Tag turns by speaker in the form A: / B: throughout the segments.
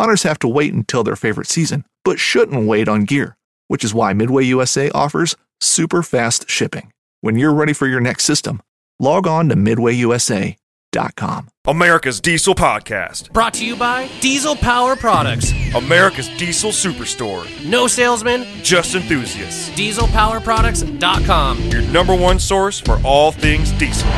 A: Hunters have to wait until their favorite season, but shouldn't wait on gear, which is why Midway USA offers super fast shipping. When you're ready for your next system, log on to midwayusa.com.
B: America's Diesel Podcast.
C: Brought to you by Diesel Power Products.
B: America's Diesel Superstore.
C: No salesman,
B: Just enthusiasts.
C: dieselpowerproducts.com.
B: Your number one source for all things diesel.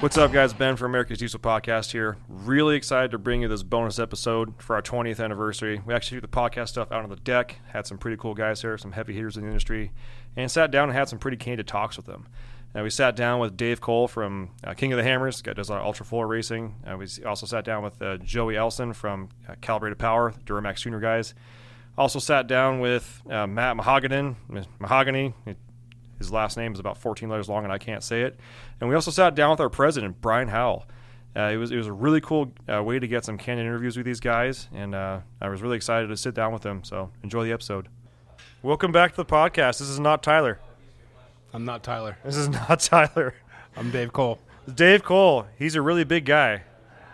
B: What's up, guys? Ben from America's Diesel Podcast here. Really excited to bring you this bonus episode for our 20th anniversary. We actually do the podcast stuff out on the deck, had some pretty cool guys here, some heavy hitters in the industry, and sat down and had some pretty candid talks with them. And we sat down with Dave Cole from uh, King of the Hammers, guy does a lot of ultra floor racing. Uh, we also sat down with uh, Joey Elson from uh, Calibrated Power, Duramax Junior guys. Also sat down with uh, Matt Mahogany. Mahogany, his last name is about 14 letters long, and I can't say it. And we also sat down with our president, Brian Howell. Uh, it was it was a really cool uh, way to get some candid interviews with these guys, and uh, I was really excited to sit down with them. So enjoy the episode. Welcome back to the podcast. This is not Tyler.
D: I'm not Tyler.
B: This is not Tyler.
D: I'm Dave Cole.
B: Dave Cole. He's a really big guy,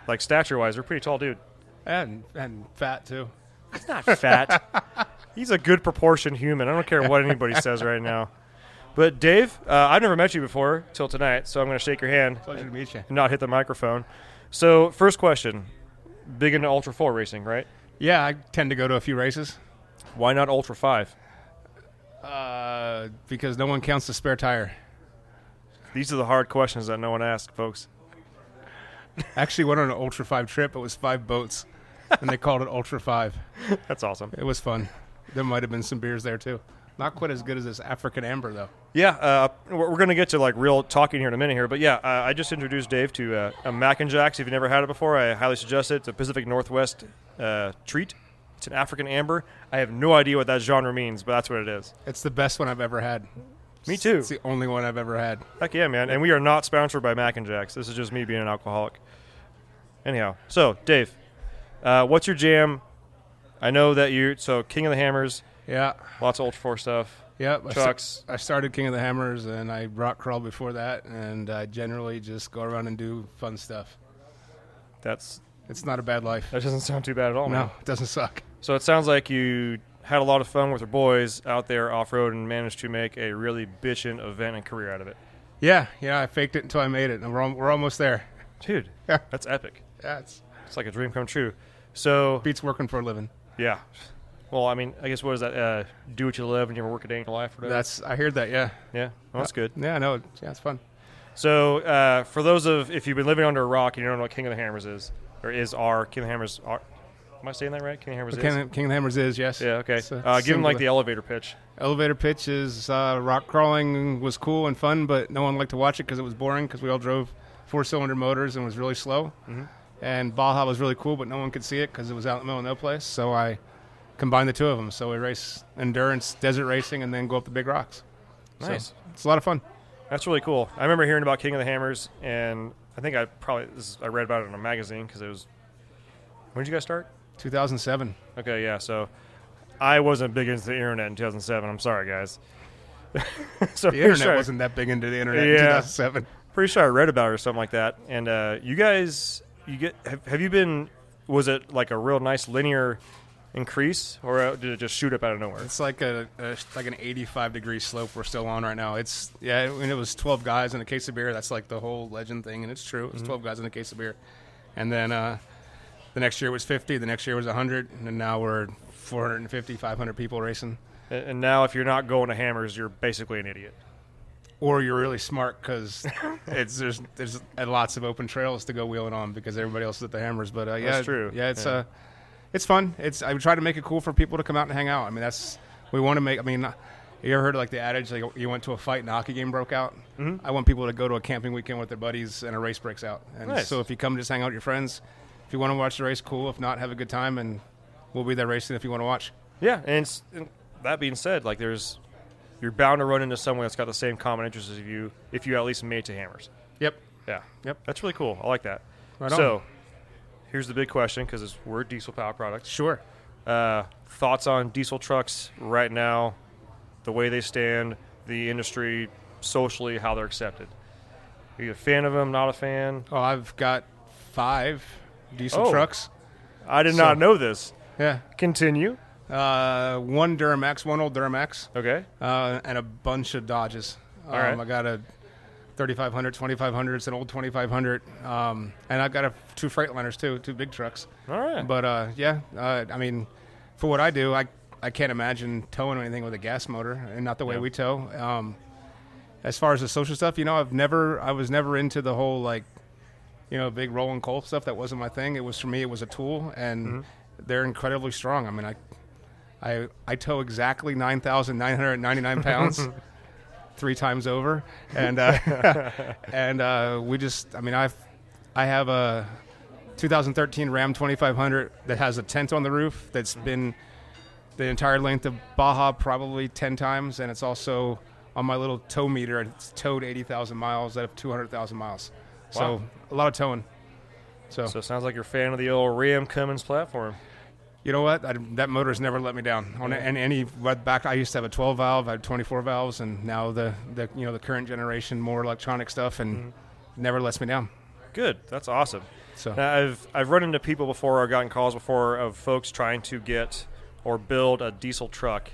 B: like stature wise. We're pretty tall, dude.
D: And and fat too.
B: He's not fat. He's a good proportioned human. I don't care what anybody says right now. But Dave, uh, I've never met you before till tonight, so I'm going to shake your hand.
D: Pleasure to meet you.
B: and not hit the microphone. So, first question: Big into Ultra Four racing, right?
D: Yeah, I tend to go to a few races
B: Why not Ultra Five?
D: uh, because no one counts the spare tire.
B: These are the hard questions that no one asks, folks.
D: Actually, went on an Ultra Five trip. It was five boats, and they called it Ultra Five.
B: That's awesome.
D: It was fun. There might have been some beers there too. Not quite as good as this African Amber though.
B: Yeah, uh, we're we're going to get to like real talking here in a minute here, but yeah, uh, I just introduced Dave to uh, a Mac and Jacks. If you've never had it before, I highly suggest it. It's a Pacific Northwest uh, treat. It's an African amber. I have no idea what that genre means, but that's what it is.
D: It's the best one I've ever had.
B: Me too.
D: It's the only one I've ever had.
B: Heck yeah, man. And we are not sponsored by Mac and Jacks. This is just me being an alcoholic. Anyhow, so Dave, uh, what's your jam? I know that you so King of the Hammers,
D: Yeah.
B: lots of Ultra Four stuff.
D: Yep. I sta-
B: Trucks.
D: I started King of the Hammers and I rock crawled before that, and I generally just go around and do fun stuff.
B: That's
D: It's not a bad life.
B: that doesn't sound too bad at all, man.
D: No, it doesn't suck.
B: So it sounds like you had a lot of fun with your boys out there off road and managed to make a really bitchin' event and career out of it,
D: Yeah, yeah, I faked it until I made it, and we're, al- we're almost there.
B: dude.
D: Yeah.
B: That's epic.
D: Yeah, it's,
B: It's like a dream come true. So
D: beats working for a living.
B: yeah. Well, I mean, I guess what is that? Uh, do what you love and you ever work a day in your life, or whatever.
D: That's I heard that. Yeah,
B: yeah. Well, that's good.
D: yeah, no, yeah, it's fun.
B: So, uh, for those of if you've been living under a rock and you don't know what King of the Hammers is, or is our King of the Hammers are. Am I saying that right? King of the Hammers
D: But
B: is.
D: King, King of the Hammers is yes.
B: yeah. Okay.
D: It's a
B: Uh, give them like the
D: symbol.
B: elevator pitch.
D: elevator pitch is uh, rock crawling was cool and fun, but no one liked to watch it because it was boring because we all drove four cylinder motors and was really slow.
B: Mm-hmm.
D: And Baja was really cool, but no one could see it because it was out in the middle of no place. So I combined the two of them. So we race endurance, desert racing, and then go up the big rocks. So
B: Nice.
D: it's a lot of fun.
B: That's really cool. I remember hearing about King of the Hammers, and I think I probably this is, I read about it in a magazine because it was. When did you guys start?
D: 2007.
B: Okay, yeah. So I wasn't big into the internet in 2007. I'm sorry, guys. so
D: The internet wasn't that big into the internet in
B: Yeah.
D: 2007.
B: pretty sure I read about it or something like that. And uh, you guys, you get have, have you been? Was it like a real nice linear increase, or uh, did it just shoot up out of nowhere?
D: It's like a, a like an 85 degree slope we're still on right now. It's yeah, when it was 12 guys in a case of beer, that's like the whole legend thing, and it's true. It was 12 guys in a case of beer, and then uh, the next year was 50, the next year was 100, and then now we're 450, 500 people racing.
B: And and now, if you're not going to hammers, you're basically an idiot.
D: Or you're really smart because it's there's there's lots of open trails to go wheeling on because everybody else is at the hammers. But uh, yeah,
B: That's true.
D: Yeah, it's
B: Yeah.
D: uh, it's fun. It's I try to make it cool for people to come out and hang out. I mean, that's we want to make. I mean, you ever heard like the adage like you went to a fight and a hockey game broke out?
B: Mm-hmm.
D: I want people to go to a camping weekend with their buddies and a race breaks out. And
B: Nice.
D: so if you come, just hang out with your friends. If you want to watch the race, cool. If not, have a good time, and we'll be there racing if you want to watch.
B: Yeah, and, it's, and that being said, like there's, you're bound to run into someone that's got the same common interests as you if you at least made it to hammers.
D: Yep.
B: Yeah.
D: Yep.
B: That's really cool. I like that.
D: Right on.
B: so, here's the big question because we're diesel power products.
D: Sure.
B: Uh, thoughts on diesel trucks right now, the way they stand, the industry, socially, how they're accepted. Are you a fan of them? Not a fan?
D: Oh, I've got five diesel
B: Oh.
D: trucks.
B: I did not know this.
D: Yeah.
B: Continue.
D: Uh, one Duramax, one old Duramax,
B: Okay.
D: uh, and a bunch of Dodges. Um,
B: right.
D: I got a 3500, 2500. It's an old 2500, um, and I've got a, two Freightliners too, two big trucks.
B: All right.
D: But uh, yeah, uh, I mean, for what I do, I I can't imagine towing anything with a gas motor, and not the way
B: Yeah.
D: we tow. Um, as far as the social stuff, you know, I've never, I was never into the whole like, you know, big rolling coal stuff. That wasn't my thing. It was for me, it was a tool, and
B: Mm-hmm.
D: they're incredibly strong. I mean, I, I, I tow exactly nine thousand nine hundred ninety nine pounds. Three times over, and uh, and uh, we just—I mean, I've I have a 2013 Ram 2500 that has a tent on the roof that's been the entire length of Baja probably 10 times, and it's also on my little tow meter. and It's towed 80,000 miles out of 200,000 miles.
B: Wow.
D: So a lot of towing. So,
B: so it sounds like you're a fan of the old Ram Cummins platform.
D: you know what? I, that motor's never let me down. On and any back, I used to have a 12 valve, I had 24 valves, and now the, the you know the current generation more electronic stuff and never lets me down.
B: Good. That's awesome.
D: So
B: Now, I've I've run into people before or gotten calls before of folks trying to get or build a diesel truck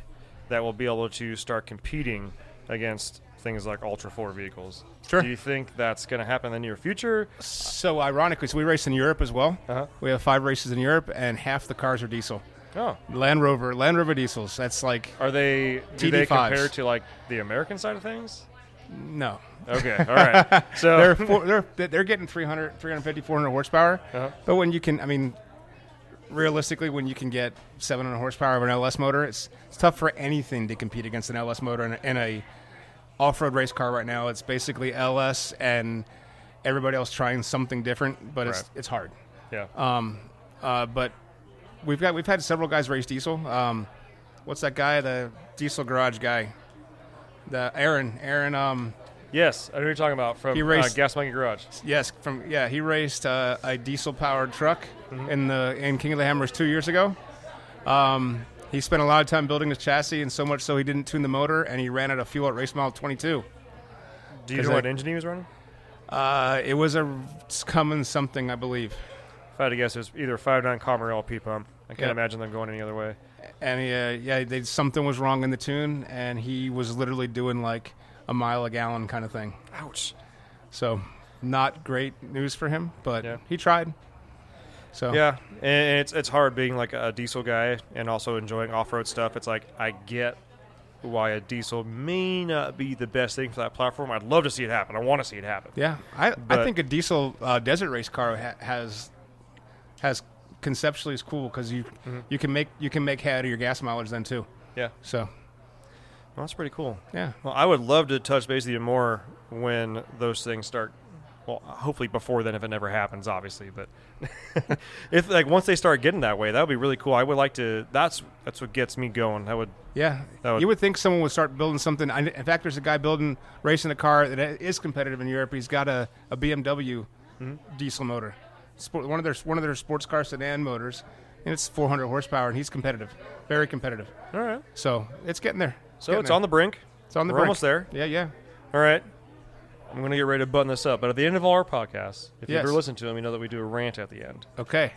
B: that will be able to start competing against things like Ultra 4 vehicles.
D: Sure.
B: Do you think that's going to happen in the near future?
D: So ironically, so we race in Europe as well.
B: Uh-huh.
D: We have five races in Europe, and half the cars are diesel.
B: Oh.
D: Land Rover, Land Rover diesels. That's like
B: Are they do they
D: TD5s.
B: compare to like the American side of things?
D: no.
B: Okay, all right. So
D: They're four, they're they're getting 300, 350, 400 horsepower.
B: Uh-huh.
D: But when you can, I mean, realistically, when you can get 700 horsepower of an LS motor, it's it's tough for anything to compete against an LS motor in a, in a off-road race car right now. It's basically LS and everybody else trying something different, but it's
B: Right.
D: it's hard.
B: yeah,
D: Um, uh, but we've got we've had several guys race diesel. Um, what's that guy? The diesel garage guy. The Aaron. Aaron. Um,
B: yes, I know what you're talking about from
D: He
B: uh,
D: raced-
B: Gas Monkey Garage.
D: yes, from yeah, he raced uh, a diesel powered truck in the in King of the Hammers two years ago. Um, he spent a lot of time building his chassis, and so much so he didn't tune the motor, and he ran out of fuel at race mile 22.
B: Do you
D: 'Cause
B: know what
D: I-
B: engine he was running?
D: Uh, it was a Cummins something, I believe.
B: If I had to guess, it was either 5.9 Com or LP pump. I can't
D: Yeah.
B: imagine them going any other way.
D: and he, uh, yeah, they, something was wrong in the tune, and he was literally doing like a mile a gallon kind of thing.
B: Ouch.
D: So, not great news for him, but
B: Yeah.
D: he tried. So
B: Yeah, and- and it's it's hard being like a diesel guy and also enjoying off road stuff. It's like I get why a diesel may not be the best thing for that platform. I'd love to see it happen. I want to see it happen.
D: yeah, I,
B: But-
D: I think a diesel uh, desert race car ha- has has conceptually is cool because you
B: Mm-hmm.
D: you can make you can make hay out of your gas mileage then too.
B: Yeah,
D: So
B: well, that's pretty cool.
D: yeah,
B: Well, I would love to touch base with you more when those things start. Well, hopefully before then, if it never happens, obviously. But if like once they start getting that way, that would be really cool. I would like to. That's that's what gets me going. That would.
D: yeah.
B: That would-
D: you would think someone would start building something. I, in fact, there's a guy building racing a car that is competitive in Europe. He's got a,
B: Mm-hmm.
D: a BMW diesel motor, Sport, one of their one of their sports car sedan motors, and it's 400 horsepower, and he's competitive, very competitive.
B: All right.
D: So it's getting there.
B: So it's on the brink.
D: it's on the
B: We're
D: brink.
B: almost there.
D: Yeah, yeah.
B: All right. I'm going to get ready to button this up. But at the end of all our podcasts, if you
D: Yes.
B: ever listen to them, you know that we do a rant at the end.
D: Okay.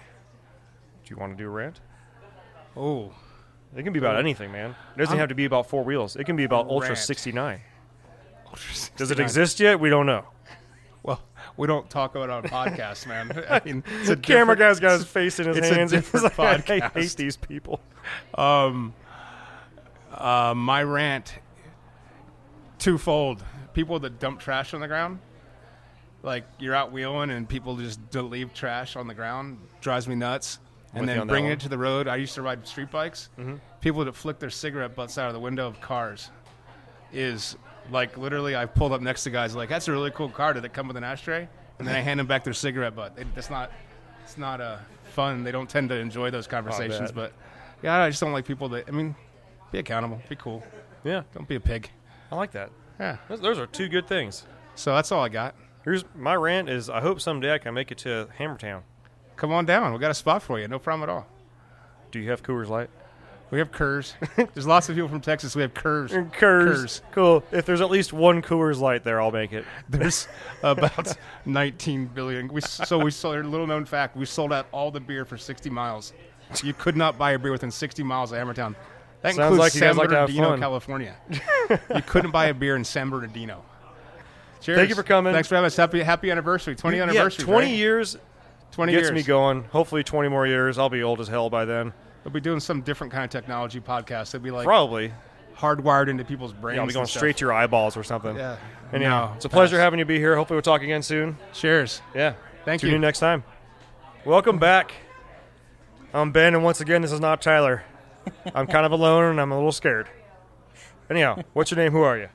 B: Do you want to do a rant?
D: Oh,
B: It can be about anything, man. It doesn't
D: I'm-
B: have to be about four wheels. It can be about Ultra
D: Rant.
B: 69. Does it exist yet? We don't know.
D: well, we don't talk about it on podcasts, man. I mean, it's a
B: Camera
D: different-
B: guy's got his face in his
D: it's a
B: hands. He's
D: different
B: like, I hate
D: podcast.
B: these people.
D: Uh, my rant, twofold: people that dump trash on the ground, like you're out wheeling and people just d- leave trash on the ground, drives me nuts.
B: with you
D: And
B: on
D: then
B: that
D: bringing
B: one. Mm-hmm.
D: it to the road. I used to ride street bikes. People that flick their cigarette butts out of the window of cars is like literally. I pulled up next to guys like, "That's a really cool car. Did it come with an ashtray?" And then I hand them back their cigarette butt. It, that's not. It's not uh, fun. They don't tend to enjoy those conversations.
B: bet.
D: But yeah, I just don't like people that. I mean, be accountable. Be cool.
B: Yeah,
D: Don't be a pig.
B: I like that.
D: Yeah.
B: Those, those are two good things.
D: So that's all I got.
B: Here's my rant is I hope someday I can make it to Hammertown.
D: Come on down. We got a spot for you. No problem at all.
B: Do you have Coors Light?
D: We have curs. There's lots of people from Texas. We have curs. Coors.
B: Cool. If there's at least one Coors Light there, I'll make it.
D: There's about 19 billion. We so we sold. Little known fact: we sold out all the beer for 60 miles. You could not buy a beer within 60 miles of Hammertown. That
B: Sounds
D: includes
B: like you guys
D: San
B: like to have
D: Bernardino,
B: fun.
D: California. you couldn't buy a beer in San Bernardino. Cheers.
B: Thank you for coming.
D: Thanks for having us. Happy happy anniversary. 20
B: Yeah,
D: anniversary.
B: 20
D: right?
B: years
D: 20
B: gets
D: years.
B: me going. Hopefully 20 more years. I'll be old as hell by then.
D: They'll be doing some different kind of technology podcast. They'll be like
B: Probably.
D: hardwired into people's brains.
B: Yeah, I'll be going
D: and stuff.
B: straight to your eyeballs or something.
D: Yeah.
B: Anyhow,
D: No,
B: it's a pleasure
D: pass.
B: having you be here. Hopefully we'll talk again soon.
D: Cheers.
B: Yeah.
D: Thank
B: Tune
D: you.
B: in next time. Welcome back. I'm Ben, and once again, this is not Tyler. I'm kind of alone, and I'm a little scared. Anyhow, what's your name? Who are you?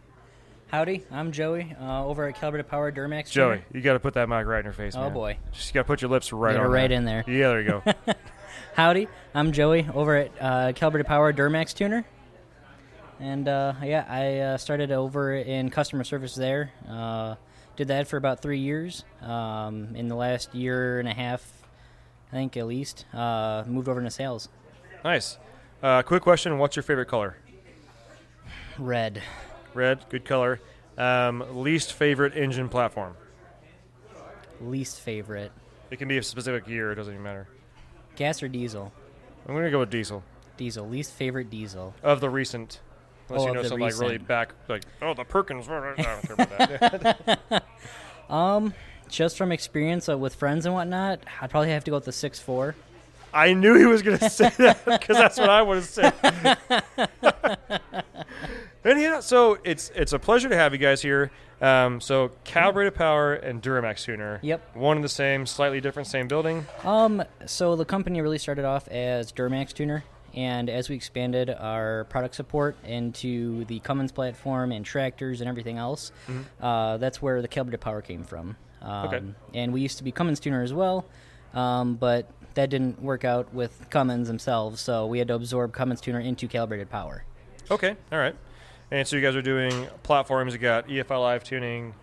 E: Howdy, I'm Joey uh, over at Calibrated Power Duramax.
B: Joey,
E: Center.
B: you got to put that mic right in your face.
E: Oh,
B: man.
E: boy.
B: just got to put your lips right
E: Get it
B: on
E: right
B: there.
E: in there.
B: Yeah, there you go.
E: Howdy, I'm Joey over at uh, Calibrated Power Duramax Tuner. And uh, yeah, I uh, started over in customer service there. Uh, did that for about three years. Um, in the last year and a half, I think at least, uh, moved over into sales.
B: nice. Uh, quick question: What's your favorite color?
E: Red.
B: Red, good color. Um, least favorite engine platform.
E: Least favorite.
B: It can be a specific year. It doesn't even matter.
E: Gas or diesel?
B: I'm gonna go with diesel
E: Diesel. Least favorite diesel.
B: of the recent. Unless
E: Oh,
B: you
E: of
B: know
E: the
B: something like really
E: recent.
B: back, like oh the Perkins. I don't care about that.
E: Just from experience uh, with friends and whatnot, I'd probably have to go with the six four.
B: I knew he was going to say that because that's what I would have said. and yeah, so it's it's a pleasure to have you guys here. Um, so calibrated power and Duramax tuner.
E: Yep.
B: One and the same, slightly different, same building.
E: Um, so the company really started off as Duramax Tuner, and as we expanded our product support into the Cummins platform and tractors and everything else, uh, that's where the calibrated power came from. Um,
B: Okay.
E: And we used to be Cummins Tuner as well, um, but that didn't work out with Cummins themselves, so we had to absorb Cummins Tuner into calibrated power.
B: Okay. All right. And so you guys are doing platforms. You got EFI live tuning.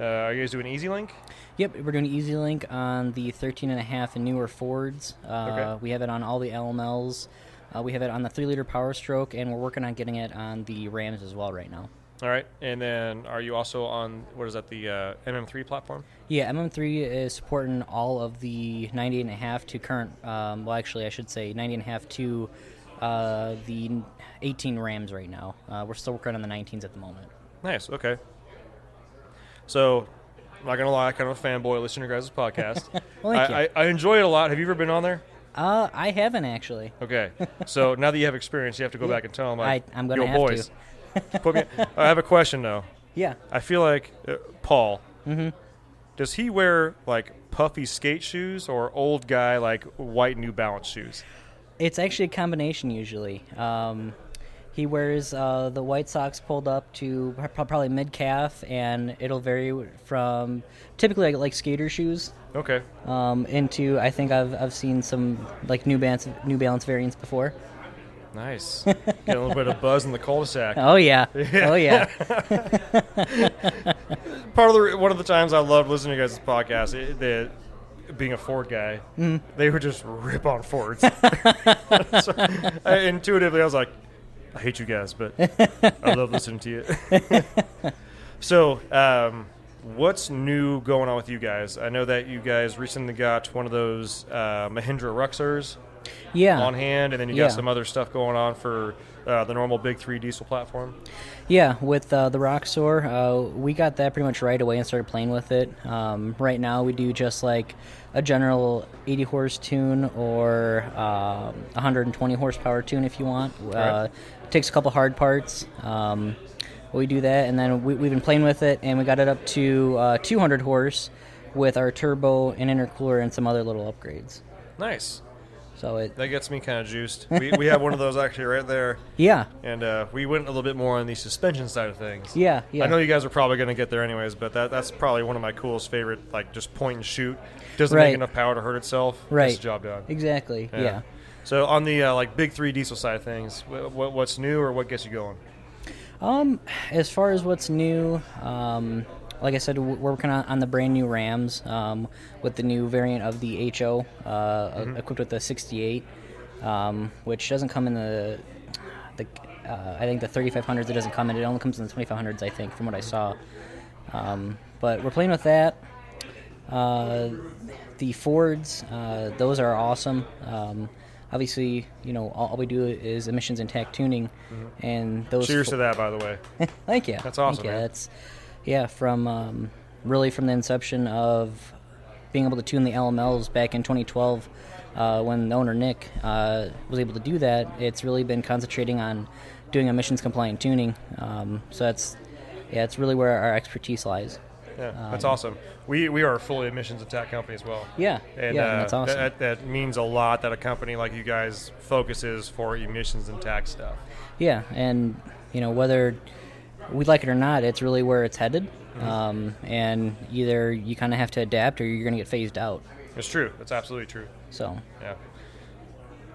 B: Uh, are you guys doing Easy Link?
E: Yep, we're doing Easy Link on the 13 and a half and newer Fords. Uh,
B: Okay.
E: We have it on all the LMLs. Uh, we have it on the 3 liter Power Stroke, and we're working on getting it on the Rams as well right now.
B: All right. And then are you also on what is that the uh, MM3 platform?
E: Yeah, MM3 is supporting all of the 90 and a half to current, um, well, actually, I should say 90 and a half to uh, the 18 Rams right now. Uh, we're still working on the 19s at the moment.
B: Nice. Okay. So, I'm not gonna lie, I kind of a fanboy listening to your guys' podcast.
E: Well, thank
B: I,
E: you.
B: I, I enjoy it a lot. Have you ever been on there?
E: Uh, I haven't actually.
B: Okay. So now that you have experience, you have to go back and tell them. Like,
E: I- I'm gonna
B: "Yo,
E: have
B: boys, put me. I have a question though.
E: Yeah.
B: I feel like uh, Paul. Does he wear like puffy skate shoes or old guy like white New Balance shoes?
E: It's actually a combination usually. Um, he wears uh, the white socks pulled up to pro- probably mid calf, and it'll vary from typically like, like skater shoes
B: Okay.
E: um, into I think I've, I've seen some like New Balance New Balance variants before.
B: Nice. Get a little bit of buzz in the cul-de-sac.
E: Oh yeah, oh yeah.
B: part of the one of the times I loved listening to you guys' podcast. It, the being a Ford guy, they would just rip on Fords. So, I, intuitively, I was like, I hate you guys, but I love listening to you. so, um, what's new going on with you guys? I know that you guys recently got one of those uh, Mahindra Ruxers
E: Yeah.
B: on hand, and then you
E: Yeah.
B: got some other stuff going on for uh, the normal big three diesel platform.
E: Yeah, with uh, the Roxor, uh, we got that pretty much right away and started playing with it. Um, right now, we do just like a general 80 horse tune or um 120 horsepower tune if you want. Uh, takes a couple hard parts. Um, we do that, and then we, we've been playing with it, and we got it up to uh, 200 horse with our turbo and intercooler and some other little upgrades.
B: Nice.
E: So it,
B: That gets me kind of juiced. We, we have one of those actually right there,
E: yeah,
B: and uh, we went a little bit more on the suspension side of things.
E: yeah, yeah.
B: I know you guys are probably going to get there anyways, but that, that's probably one of my coolest favorite, like just point and shoot. Doesn't
E: Right.
B: make enough power to hurt itself. gets
E: Right.
B: the job done.
E: Exactly. yeah.
B: So on the uh, like big three diesel side of things, wh- wh- what's new or what gets you going?
E: Um, as far as what's new, um, like I said, w- we're working on, on the brand new Rams um, with the new variant of the HO, uh, equipped with the 68, um, which doesn't come in the the uh, I think the 3500s. It doesn't come in. It only comes in the 2500s, I think, from what I saw. Um, but we're playing with that. Uh, the Fords, uh, those are awesome. Um, obviously, you know, all, all we do is emissions and tack tuning, and those.
B: Cheers
E: Fo-
B: to that, by the way.
E: Thank you.
B: That's awesome,
E: Thank you.
B: man.
E: That's yeah, from um, really from the inception of being able to tune the LMLs back in 2012, uh, when the owner Nick uh, was able to do that. It's really been concentrating on doing emissions compliant tuning. Um, so that's yeah, it's really where our expertise lies.
B: Yeah, that's awesome. We we are a fully emissions and tech company as well.
E: Uh, Yeah,
B: And,
E: yeah,
B: uh,
E: that's awesome.
B: That, that means a lot that a company like you guys focuses for emissions and tax stuff.
E: Yeah, and you know whether we like it or not, it's really where it's headed.
B: Mm-hmm.
E: Um, and either you kind of have to adapt, or you're going to get phased out.
B: It's true. It's absolutely true.
E: So
B: Yeah.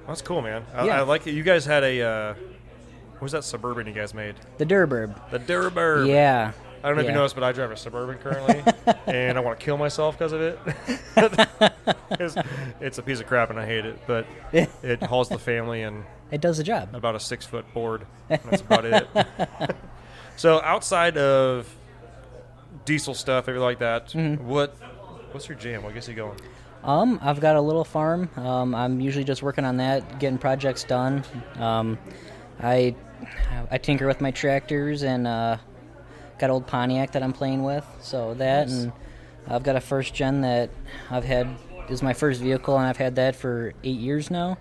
B: That's cool, man. I,
E: Yeah.
B: I like it. You guys had a, uh, what was that suburban you guys made?
E: the Durburb.
B: The Durburb.
E: Yeah.
B: I don't know if
E: yeah.
B: you noticed, but I drive a suburban currently, and I want to kill myself because of it. it's, it's a piece of crap, and I hate it. But it hauls the family and
E: It does the job.
B: about a six foot board. and That's about it. so outside of diesel stuff, everything like that,
E: Mm-hmm.
B: what what's your jam? What gets you going?
E: Um, I've got a little farm. Um, I'm usually just working on that, getting projects done. Um, I I tinker with my tractors and uh, got old Pontiac that I'm playing with. So that and I've got a first gen that I've had is my first vehicle, and I've had that for eight years now,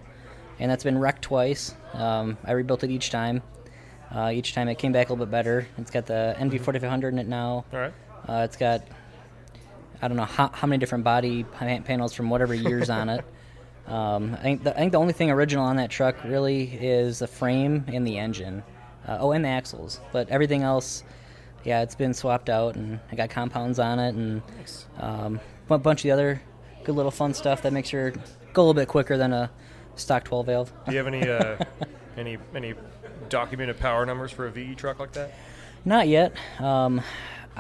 E: and that's been wrecked twice. Um, I rebuilt it each time. Uh, each time it came back a little bit better. It's got the NV4500 in it now.
B: All right.
E: Uh, it's got I don't know how, how many different body pan- panels from whatever years on it. Um, I, think the, I think the only thing original on that truck really is the frame and the engine. Uh, oh, and the axles. But everything else, yeah, it's been swapped out, and I got compounds on it, and um, a bunch of the other good little fun stuff that makes your go a little bit quicker than a stock 12 valve.
B: Do you have any uh, any any documented power numbers for a VE truck like that?
E: Not yet. Um,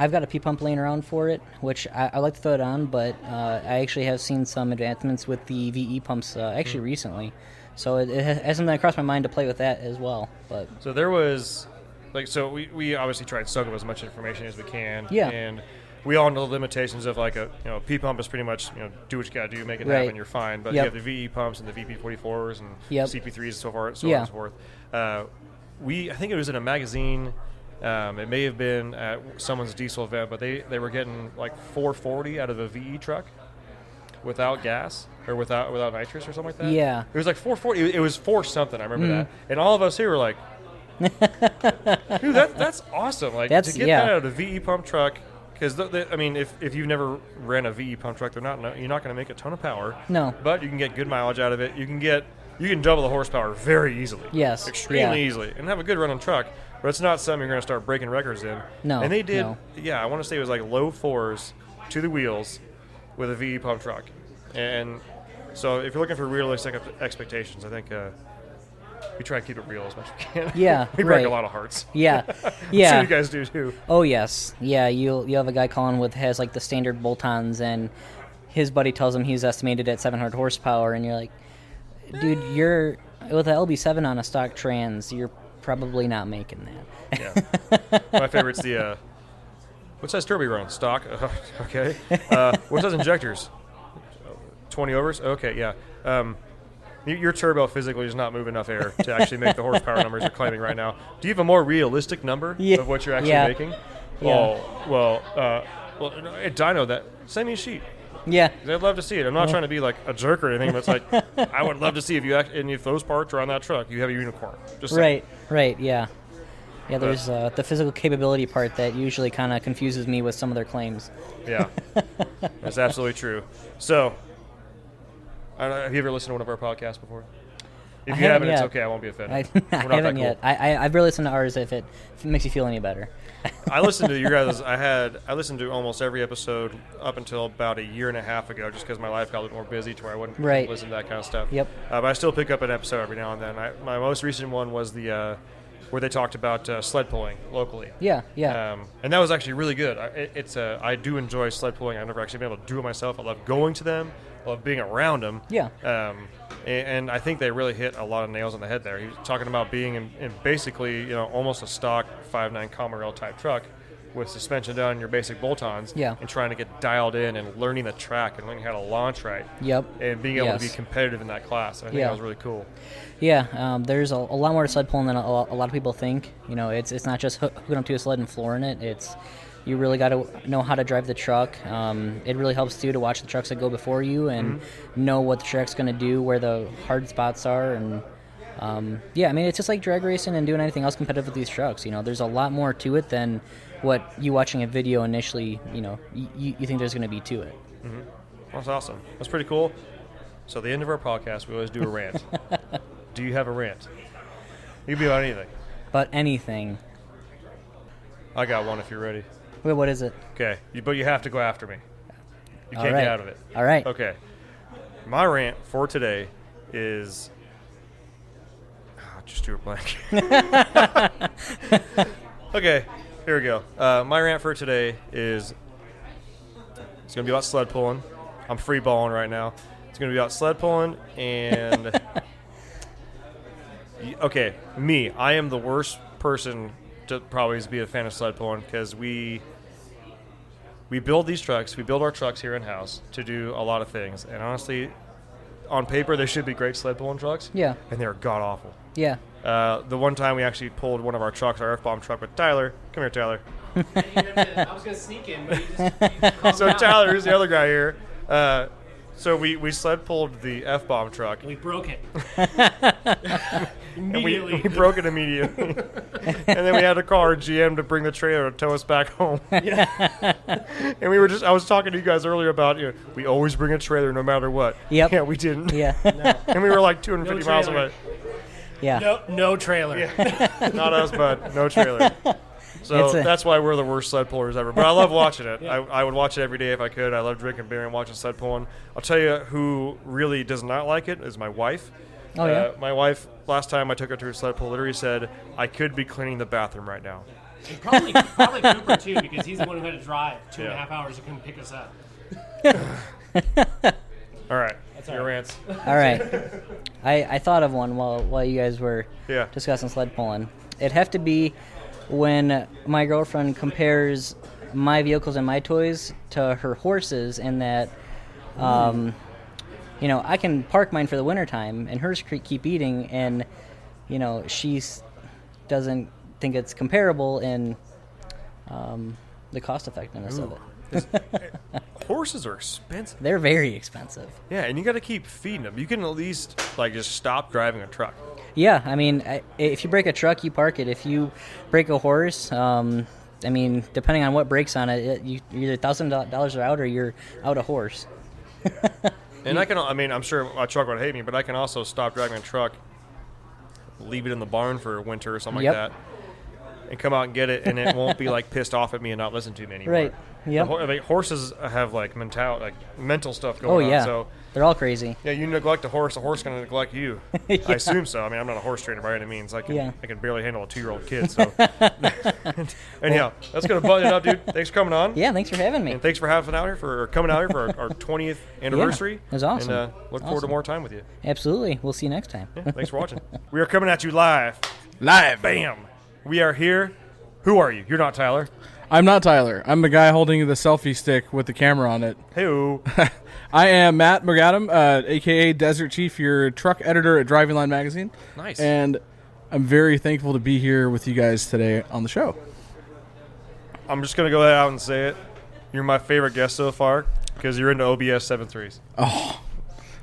E: I've got a P pump laying around for it, which I, I like to throw it on, but uh, I actually have seen some advancements with the VE pumps uh,
B: Hmm.
E: actually recently. So it, it has has something that crossed my mind to play with that as well. But
B: So there was, like, so we, we obviously try and soak up as much information as we can.
E: Yeah.
B: And we all know the limitations of like a you know P pump is pretty much you know do what you got to do, make it
E: Right.
B: happen, you're fine. But
E: Yep.
B: you have the VE pumps and the VP44s and
E: Yep.
B: CP3s and so forth, so on
E: Yeah.
B: and so forth. Uh, we I think it was in a magazine. Um, it may have been at someone's diesel event, but they, they were getting like 440 out of a VE truck without gas or without without nitrous or something like that.
E: Yeah. Mm-hmm.
B: it was like 440. It- It was four something. I remember that. And all of us here were like, Dude, that, that's awesome. Like
E: That's-
B: to get
E: yeah.
B: that out of a VE pump truck. Because I mean, if, if you've never ran a VE pump truck, they're not no- you're not going to make a ton of power.
E: No.
B: But you can get good mileage out of it. You can get you can double the horsepower very easily.
E: Yes,
B: Extremely
E: yeah.
B: easily, and have a good running truck. But it's not something you're going to start breaking records in.
E: No,
B: And they did.
E: no.
B: Yeah, I want to say it was like low fours to the wheels with a VE pump truck. And so if you're looking for realistic expectations, I think. Uh, we try to keep it real as much as we can.
E: Yeah,
B: we break a
E: right.
B: lot of hearts.
E: yeah,
B: I'm
E: yeah.
B: sure you guys do too.
E: Oh yes, yeah. You you have a guy calling with has like the standard bolt-ons and. his buddy tells him he's estimated at 700 horsepower, and you're like, dude, you're with an LB7 on a stock trans, you're probably not making that.
B: My favorite's the uh, what size turbo you run? Stock. okay. Uh, what size injectors? Twenty overs. Okay, yeah. Um, y- your turbo physically does not move enough air to actually make the horsepower numbers you're claiming right now. Do you have a more realistic number
E: Yeah.
B: of what you're actually
E: Yeah.
B: making?
E: Yeah.
B: Oh well, uh, well, no, at Dino that send me a sheet.
E: Yeah,
B: 'Cause I'd love to see it. I'm
E: Oh.
B: not trying to be like a jerk or anything, but it's like I would love to see if you act, and if those parts are on that truck, you have a unicorn. Just saying.
E: right, right, yeah. Yeah, there's uh, the physical capability part that usually kind of confuses me with some of their claims.
B: Yeah, that's absolutely true. So, I don't know, have you ever listened to one of our podcasts before? If
E: I
B: you haven't,
E: haven't
B: it's
E: yet.
B: okay. I won't be offended.
E: I,
B: We're
E: I
B: not that
E: haven't
B: cool.
E: yet. I, I, I've listened to ours if it, if it makes you feel any better.
B: I listened to your guys. I had I listened to almost every episode up until about a year and a half ago, just because my life got a little more busy to where I wouldn't
E: Right.
B: listen to that kind of stuff.
E: Yep.
B: Uh, but I still pick up an episode every now and then. I, my most recent one was the uh, where they talked about uh, sled pulling locally.
E: Yeah, yeah.
B: Um, and that was actually really good. I, it, it's uh, I do enjoy sled pulling. I've never actually been able to do it myself. I love going to them. I love being around them.
E: Yeah.
B: Um, a- and, I think they really hit a lot of nails on the head there. He was talking about being in, in basically you know almost a stock 5.9 Commodore type truck with suspension down and your basic bolt-ons
E: Yeah.
B: and trying to get dialed in and learning the track and learning how to launch right
E: Yep.
B: and being able to be
E: Yes.
B: competitive in that class. I think
E: Yeah.
B: that was really cool.
E: Yeah, um, there's a, a lot more to sled pulling than a, lo- a lot of people think. You know, it's it's not just hoo- hooking up to a sled and flooring it. It's you really got to know how to drive the truck. Um, it really helps too to watch the trucks that go before you and
B: Mm-hmm.
E: know what the truck's going to do, where the hard spots are, and um, yeah, I mean it's just like drag racing and doing anything else competitive with these trucks. You know, there's a lot more to it than what you watching a video initially. You know, y- you, you think there's going to be to it.
B: That's awesome. That's pretty cool. So at the end of our podcast, we always do a rant. do you have a rant? You can be about anything.
E: But anything,
B: I got one if you're ready.
E: wait, what is it?
B: Okay, you, but you have to go after me. You
E: All
B: can't
E: right.
B: get out of it.
E: All right.
B: Okay. My rant for today is. Ah, just do a blank. okay, here we go. Uh, my rant for today is it's going to be about sled pulling. I'm free balling right now. It's going to be about sled pulling and. Y- okay, me. I am the worst person to probably be a fan of sled pulling because we we build these trucks. We build our trucks here in house to do a lot of things. And honestly, on paper, they should be great sled pulling trucks.
E: Yeah.
B: and they're god awful.
E: Yeah,
B: Uh, the one time we actually pulled one of our trucks, our F bomb truck with Tyler. Come here, Tyler.
F: I was gonna sneak in, but you just you
B: So Tyler, who's the other guy here? Uh, so we, we sled pulled the F bomb truck.
F: we broke it
B: And we,
F: immediately.
B: we broke it immediately. and then we had to call our GM to bring the trailer to tow us back home. and we were just, I was talking to you guys earlier about, you know, we always bring a trailer no matter what.
E: Yep.
B: Yeah, we didn't.
E: yeah,
B: And we were like 250
F: No
B: miles
F: trailer.
B: away.
E: yeah.
F: no, no trailer.
B: Not us, but no trailer. So
E: It's a-
B: that's why we're the worst sled pullers ever. But I love watching it. I, I would watch it every day if I could. I love drinking beer and watching sled pulling. I'll tell you who really does not like it is my wife. Uh,
E: Oh, yeah?
B: my wife, last time I took her to her sled pull, literally said, I could be cleaning the bathroom right now.
F: And probably, probably Cooper too, because he's the one who had to drive two and a
B: Yeah.
F: half hours and couldn't pick us up.
B: All right. That's your
F: all right.
B: rants.
E: All right. I, I thought of one while, while you guys were
B: Yeah.
E: discussing sled pulling. It'd have to be when my girlfriend compares my vehicles and my toys to her horses, and that, um, you know, I can park mine for the wintertime and hers cre- keep eating, and, you know, she s- doesn't think it's comparable in um, the cost effectiveness of it.
B: Horses are expensive.
E: They're very expensive.
B: Yeah, and you got to keep feeding them. You can at least like just stop driving a truck.
E: Yeah, I mean, I- if you break a truck, you park it. If you break a horse, um, I mean, depending on what breaks on it, it you, you're either thousand dollars are out or you're out a horse.
B: And I
E: Hmm.
B: can, I mean, I'm sure a truck would hate me, but I can also stop driving a truck, leave it in the barn for winter or something
E: Yep.
B: like that, and come out and get it, and it won't be like pissed off at me and not listen to me anymore.
E: Right. Yep.
B: The ho- like, horses have like mental like mental stuff
E: Oh
B: going
E: yeah,
B: on. So
E: they're all crazy.
B: yeah, you neglect a horse, a horse going to neglect you. I assume so. I mean, I'm not a horse trainer by any means. I can
E: Yeah.
B: I can barely handle a two year old kid. So anyhow, that's gonna button it up, dude. Thanks for coming on.
E: Yeah, thanks for having me.
B: And thanks for having out here for or coming out here for our, our 20th anniversary.
E: that's awesome.
B: And uh, look forward to
E: awesome.
B: more time with you.
E: Absolutely. We'll see you next time.
B: Yeah, thanks for watching. we are coming at you live.
G: Live.
B: Bam. We are here. Who are you? You're not Tyler.
G: I'm not Tyler. I'm the guy holding the selfie stick with the camera on it.
B: Who?
G: I am Matt McAdam, uh, aka Desert Chief, your truck editor at Driving Line Magazine.
B: Nice.
G: And I'm very thankful to be here with you guys today on the show.
B: I'm just gonna go out and say it. You're my favorite guest so far because you're into OBS 73s.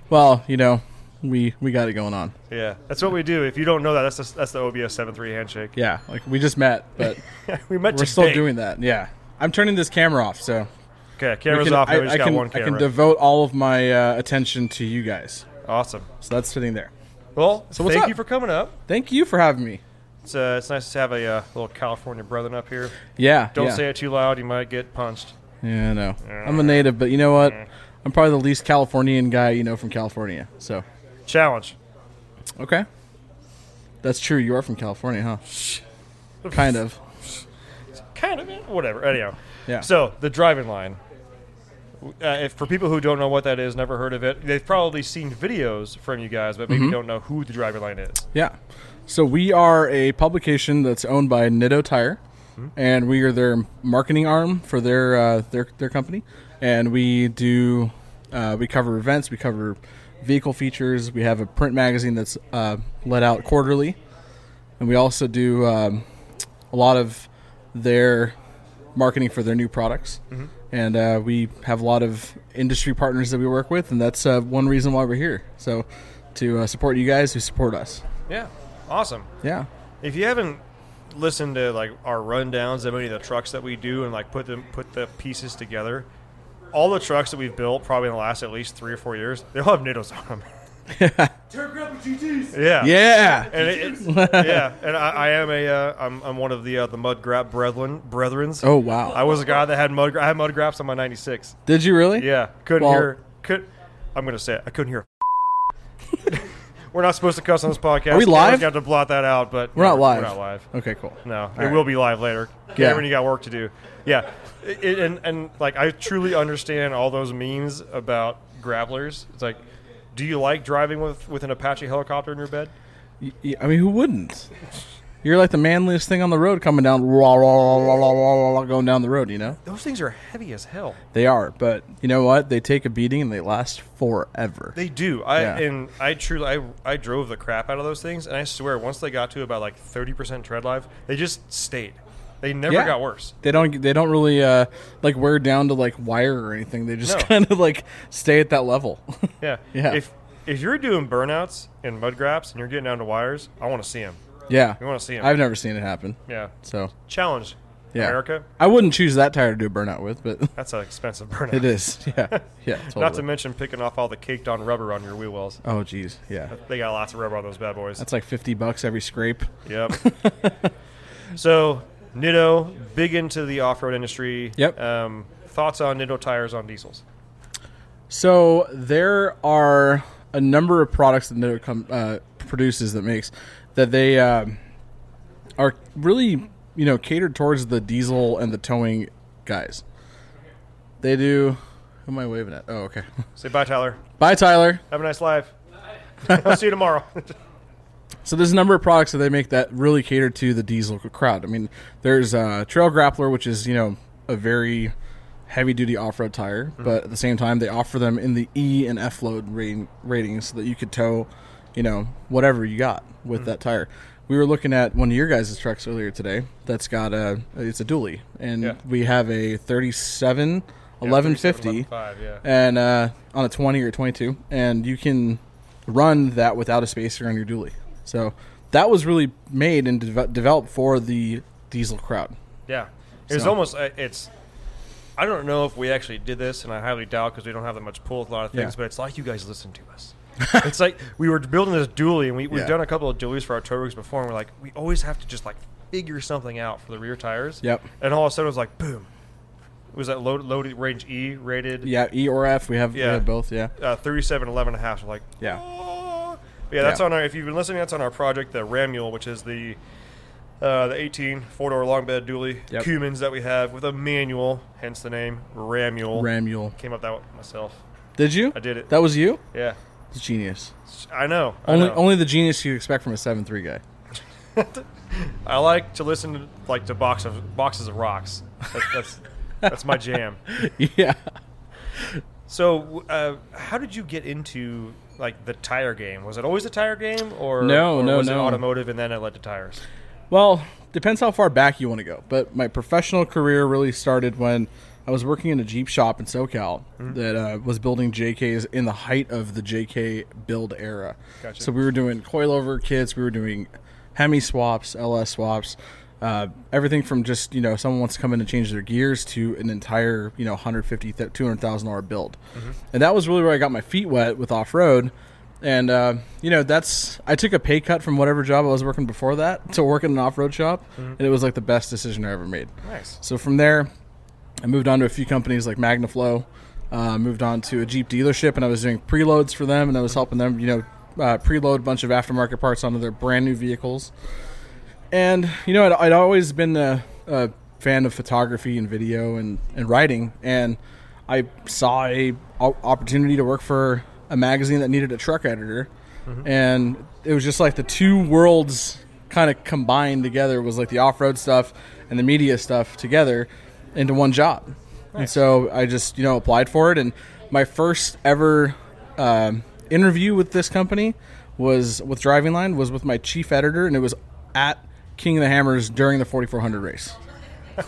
G: Well, you know, we we got it going on.
B: Yeah, that's what we do. If you don't know that, that's the, that's the OBS 73 handshake.
G: Yeah, like we just met, but
B: we met.
G: we're still
B: today.
G: doing that. Yeah, I'm turning this camera off, so
B: Okay,
G: we
B: camera's
G: can-
B: off. I,
G: I,
B: just
G: I
B: got
G: can
B: one
G: I
B: camera.
G: can devote all of my uh, attention to you guys.
B: awesome.
G: So that's sitting there.
B: Well,
G: what's
B: thank
G: up?
B: you for coming up.
G: Thank you for having me.
B: It's uh, it's nice to have a uh, little California brethren up here.
G: Yeah,
B: Don't
G: yeah.
B: say it too loud; you might get punched.
G: Yeah, no. I'm a native, but you know what? I'm probably the least Californian guy you know from California. So,
B: Challenge.
G: okay. That's true. You are from California, huh? kind of.
B: kind of eh, whatever. Anyhow,
G: Yeah.
B: So the driving line. Uh, if for people who don't know what that is, never heard of it, they've probably seen videos from you guys, but maybe
G: Mm-hmm.
B: don't know who the driving line is.
G: Yeah. So we are a publication that's owned by Nitto Tire, and we are their marketing arm for their uh, their their company. And we do uh, we cover events, we cover vehicle features. We have a print magazine that's uh, let out quarterly, and we also do um, a lot of their marketing for their new products. And uh, we have a lot of industry partners that we work with, and that's uh, one reason why we're here. So, to uh, support you guys who support us.
B: Yeah, awesome.
G: Yeah.
B: If you haven't listened to like our rundowns of any of the trucks that we do and like put them put the pieces together, all the trucks that we've built probably in the last at least three or four years, they all have nittos on them. Yeah.
G: Yeah.
B: And it, it- yeah, and I, I am a uh, I'm, I'm one of the uh, the mud grab brethren brethrens.
G: Oh wow.
B: I was a guy that had mud. gra- I had mud graps on my '96.
G: Did you really?
B: Yeah, couldn't
G: Well-
B: hear. Could I'm gonna say it. I couldn't hear. a We're not supposed to cuss on this podcast.
G: Are we live?
B: Got to blot that out, but
G: We're not live.
B: We're not live.
G: Okay, cool.
B: No, it
G: right.
B: will be live later.
G: Yeah.
B: Yeah, when you got work to do. Yeah, It- it- and and like I truly understand all those memes about grapplers. It's like, do you like driving with with an Apache helicopter in your bed?
G: Yeah, I mean, who wouldn't? You're like the manliest thing on the road coming down, rah, rah, rah, rah, rah, rah, rah, going down the road. You know
B: Those things are heavy as hell.
G: they are, but you know what? They take a beating and they last forever.
B: They do. I
G: Yeah.
B: and I truly I, I drove the crap out of those things, and I swear once they got to about like thirty percent tread life, they just stayed. They never
G: Yeah.
B: got worse.
G: They don't. They don't really uh, like wear down to like wire or anything. They just
B: No.
G: kind of like stay at that level.
B: Yeah.
G: Yeah.
B: If if you're doing burnouts and mud graps and you're getting down to wires, I want to see them.
G: yeah.
B: You wanna see 'em.
G: I've never seen it happen.
B: Yeah.
G: So
B: Challenge.
G: yeah,
B: America.
G: I wouldn't choose that tire to do a burnout with, but
B: That's an expensive burnout.
G: it is. Yeah. Yeah. Totally.
B: Not to mention picking off all the caked on rubber on your wheel wells.
G: Oh, geez. Yeah.
B: They got lots of rubber on those bad boys.
G: That's like 50 bucks every scrape.
B: Yep. so, Nitto, big into the off road industry.
G: Yep.
B: Um, thoughts on Nitto tires on diesels?
G: So there are a number of products that Nitto com- uh, produces that makes that they um, are really you know catered towards the diesel and the towing guys. They do. Who am I waving at? Oh, okay.
B: Say bye, Tyler.
G: Bye, Tyler.
B: Have a nice life. I'll see you tomorrow.
G: So there's a number of products that they make that really cater to the diesel crowd. I mean, there's uh, Trail Grappler, which is you know a very heavy duty off road tire, but at the same time they offer them in the E and F load rating, ratings so that you could tow, you know, whatever you got with that tire. We were looking at one of your guys' trucks earlier today. That's got a it's a dually, and
B: Yeah.
G: we have a 37 1150
B: 11.5, yeah.
G: and uh, on a 20 or 22 and you can run that without a spacer on your dually so that was really made and deve- developed for the diesel crowd
B: Yeah. It was
G: So-
B: almost, uh, it's, I don't know if we actually did this, and I highly doubt because we don't have that much pull with a lot of things,
G: Yeah.
B: but it's like you guys listen to us. it's like we were building this dually, and we, we've
G: Yeah.
B: done a couple of dualies for our tow rigs before, and we're like, we always have to just like figure something out for the rear tires.
G: Yep.
B: And all of a sudden it was like, boom. was that load, loaded range E rated?
G: Yeah, E or F. We have,
B: Yeah.
G: we have both. Yeah.
B: uh, 37 11 and a half. So like,
G: Yeah.
B: "Oh." But yeah, that's
G: Yeah.
B: on our, if you've been listening, that's on our project, the Ramule, which is the uh, the 18 four door long bed dually
G: Yep.
B: Cumins that we have with a manual, hence the name Ramule.
G: Ramule.
B: Came up that one myself.
G: Did you?
B: I did it.
G: That was you.
B: Yeah.
G: It's genius.
B: I know.
G: Only
B: I, know.
G: only the genius you expect from a seven three guy.
B: I like to listen to like to box of boxes of rocks. That, that's that's my jam.
G: yeah.
B: So, uh, how did you get into like the tire game? Was it always a tire game, or
G: No,
B: or
G: no,
B: was it
G: no.
B: automotive and then it led to tires?
G: Well, depends how far back you want to go. But my professional career really started when I was working in a Jeep shop in SoCal that uh, was building JKs in the height of the JK build era.
B: Gotcha.
G: So we were doing coilover kits, we were doing Hemi swaps, LS swaps, uh, everything from just, you know, someone wants to come in and change their gears to an entire, you know, 150 th- $200,000 build. And that was really where I got my feet wet with off road. And uh, you know, that's I took a pay cut from whatever job I was working before that to work in an off road shop, and it was like the best decision I ever made.
B: Nice.
G: So from there, I moved on to a few companies like Magnaflow. Uh, moved on to a Jeep dealership, and I was doing preloads for them, and I was helping them, you know, uh, preload a bunch of aftermarket parts onto their brand new vehicles. And you know, I'd, I'd always been a, a fan of photography and video and, and writing, and I saw a o- opportunity to work for a magazine that needed a truck editor, and it was just like the two worlds kind of combined together was like the off road stuff and the media stuff together into one job. And so I just you know applied for it, and my first ever um, interview with this company was with Driving Line was with my chief editor, and it was at King of the Hammers during the 4400 race.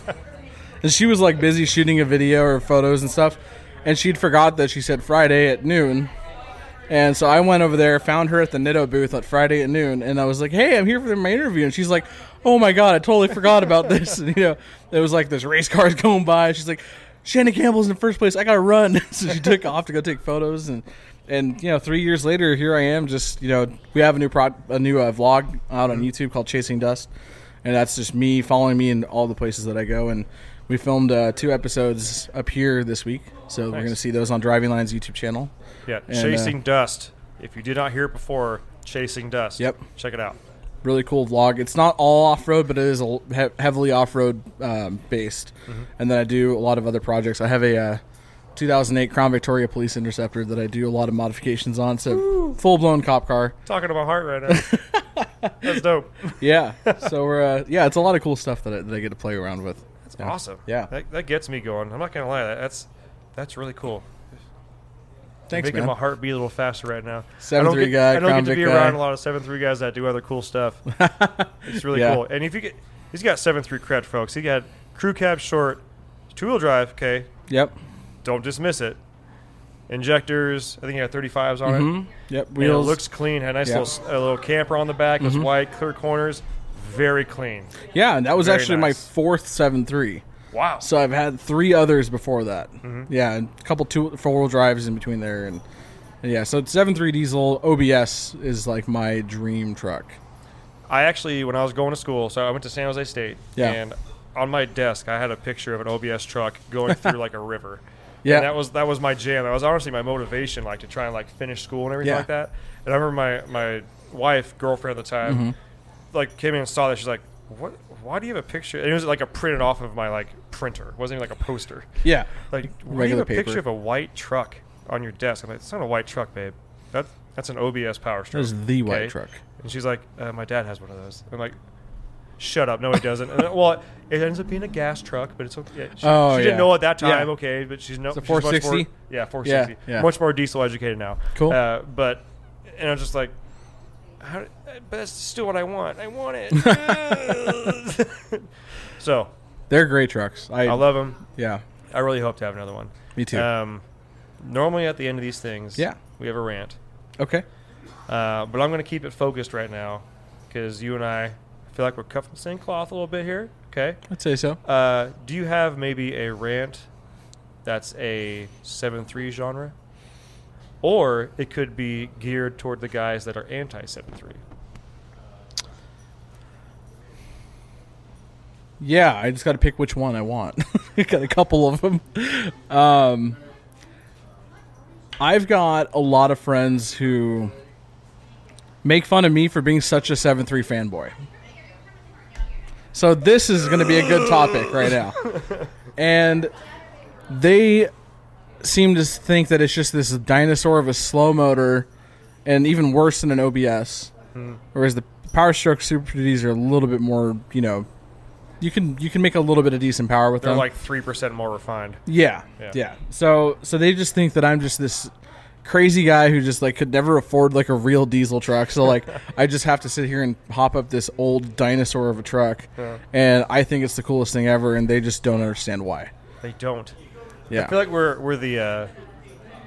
G: and she was like busy shooting a video or photos and stuff, and she'd forgot that she said Friday at noon. And so I went over there, found her at the Nitto booth at Friday at noon, and I was like, "Hey, I'm here for my interview." And she's like, "Oh my god, I totally forgot about this." And you know, there was like this race cars going by. She's like, "Shannon Campbell's in first place. I gotta run." so she took off to go take photos, and and you know, three years later, here I am. Just you know, we have a new pro- a new uh, vlog out on YouTube called Chasing Dust, and that's just me following me in all the places that I go. And we filmed uh, two episodes up here this week, so we're gonna see those on Driving Lines YouTube channel.
B: Yeah,
G: And, uh,
B: Chasing Dust. If you did not hear it before, Chasing Dust.
G: Yep.
B: Check it out.
G: really cool vlog. It's not all off road, but it is a l- he- heavily off road um, based.
B: Mm-hmm.
G: And then I do a lot of other projects. I have a uh, 2008 Crown Victoria Police Interceptor that I do a lot of modifications on. So full blown cop car.
B: Talking to my heart right now. That's dope.
G: Yeah. so we're uh, yeah, it's a lot of cool stuff that I, that I get to play around with.
B: That's
G: Yeah.
B: awesome.
G: Yeah.
B: That, that gets me going. I'm not gonna lie. That, that's that's really cool.
G: Thanks,
B: Making
G: man.
B: my heart beat a little faster right now. I
G: Seven
B: don't
G: three
B: get,
G: guy,
B: I don't
G: Crown
B: get to be
G: Vic
B: around
G: guy.
B: a lot of seven three guys that do other cool stuff. it's really
G: Yeah.
B: cool. And if you get, he's got seven three cred, folks. He got crew cab short, two wheel drive. Okay,
G: Yep.
B: don't dismiss it. Injectors. I think he had 35s on
G: Mm-hmm.
B: it.
G: Yep.
B: And
G: Wheels.
B: It looks clean. Had a nice
G: Yeah. Mm-hmm.
B: little a little camper on the back. It's white, clear corners. Very clean.
G: yeah, and that was
B: very
G: actually
B: nice.
G: my fourth seven three.
B: Wow.
G: So I've had three others before that. Yeah, and a couple two four wheel drives in between there, and, and yeah. So seven three diesel OBS is like my dream truck.
B: I actually, when I was going to school, so I went to San Jose State,
G: Yeah.
B: and on my desk I had a picture of an OBS truck going through like a river.
G: Yeah.
B: and that was that was my jam. That was honestly my motivation, like to try and like finish school and everything
G: Yeah.
B: like that. And I remember my my wife, girlfriend at the time,
G: Mm-hmm.
B: like came in and saw that. She's like, "What? Why do you have a picture?" And it was like a printed off of my like printer. It wasn't even like a poster.
G: Yeah,
B: Like, why do you
G: regular
B: have a
G: paper.
B: picture of a white truck on your desk? I'm like, it's not a white truck, babe. That, that's an OBS power stroke.
G: is the white
B: okay?"
G: truck.
B: And she's like, uh, my dad has one of those. I'm like, shut up. No, he doesn't. And, well, it ends up being a gas truck, but it's okay. Yeah, she
G: Oh,
B: she didn't
G: yeah.
B: know at that time,
G: Yeah.
B: okay, but she's no.
G: It's a
B: she's much more-
G: 460?
B: yeah, 460.
G: Yeah, yeah.
B: Much more diesel educated now.
G: Cool.
B: Uh, but, and I was just like, how, uh, but that's still what I want. I want it. so,
G: they're great trucks. I,
B: I love them.
G: Yeah,
B: I really hope to have another one.
G: me too.
B: Um, normally at the end of these things,
G: Yeah.
B: we have a rant.
G: okay.
B: Uh, but I'm going to keep it focused right now because you and I feel like we're cut from the same cloth a little bit here. Okay.
G: I'd say so.
B: Uh, do you have maybe a rant that's a seven three genre? Or it could be geared toward the guys that are anti seven three.
G: Yeah, I just got to pick which one I want. got a couple of them. Um, I've got a lot of friends who make fun of me for being such a 7 3 fanboy. So this is going to be a good topic right now. And they seem to think that it's just this dinosaur of a slow motor and even worse than an OBS.
B: Hmm.
G: Whereas the Power Stroke Super Duties are a little bit more, you know, you can you can make a little bit of decent power with
B: They're
G: them.
B: like three percent more refined.
G: Yeah,
B: Yeah.
G: yeah. So so they just think that I'm just this crazy guy who just like could never afford like a real diesel truck. So like I just have to sit here and hop up this old dinosaur of a truck, and I think it's the coolest thing ever, and they just don't understand why.
B: They don't.
G: Yeah.
B: I feel like we're we're the uh,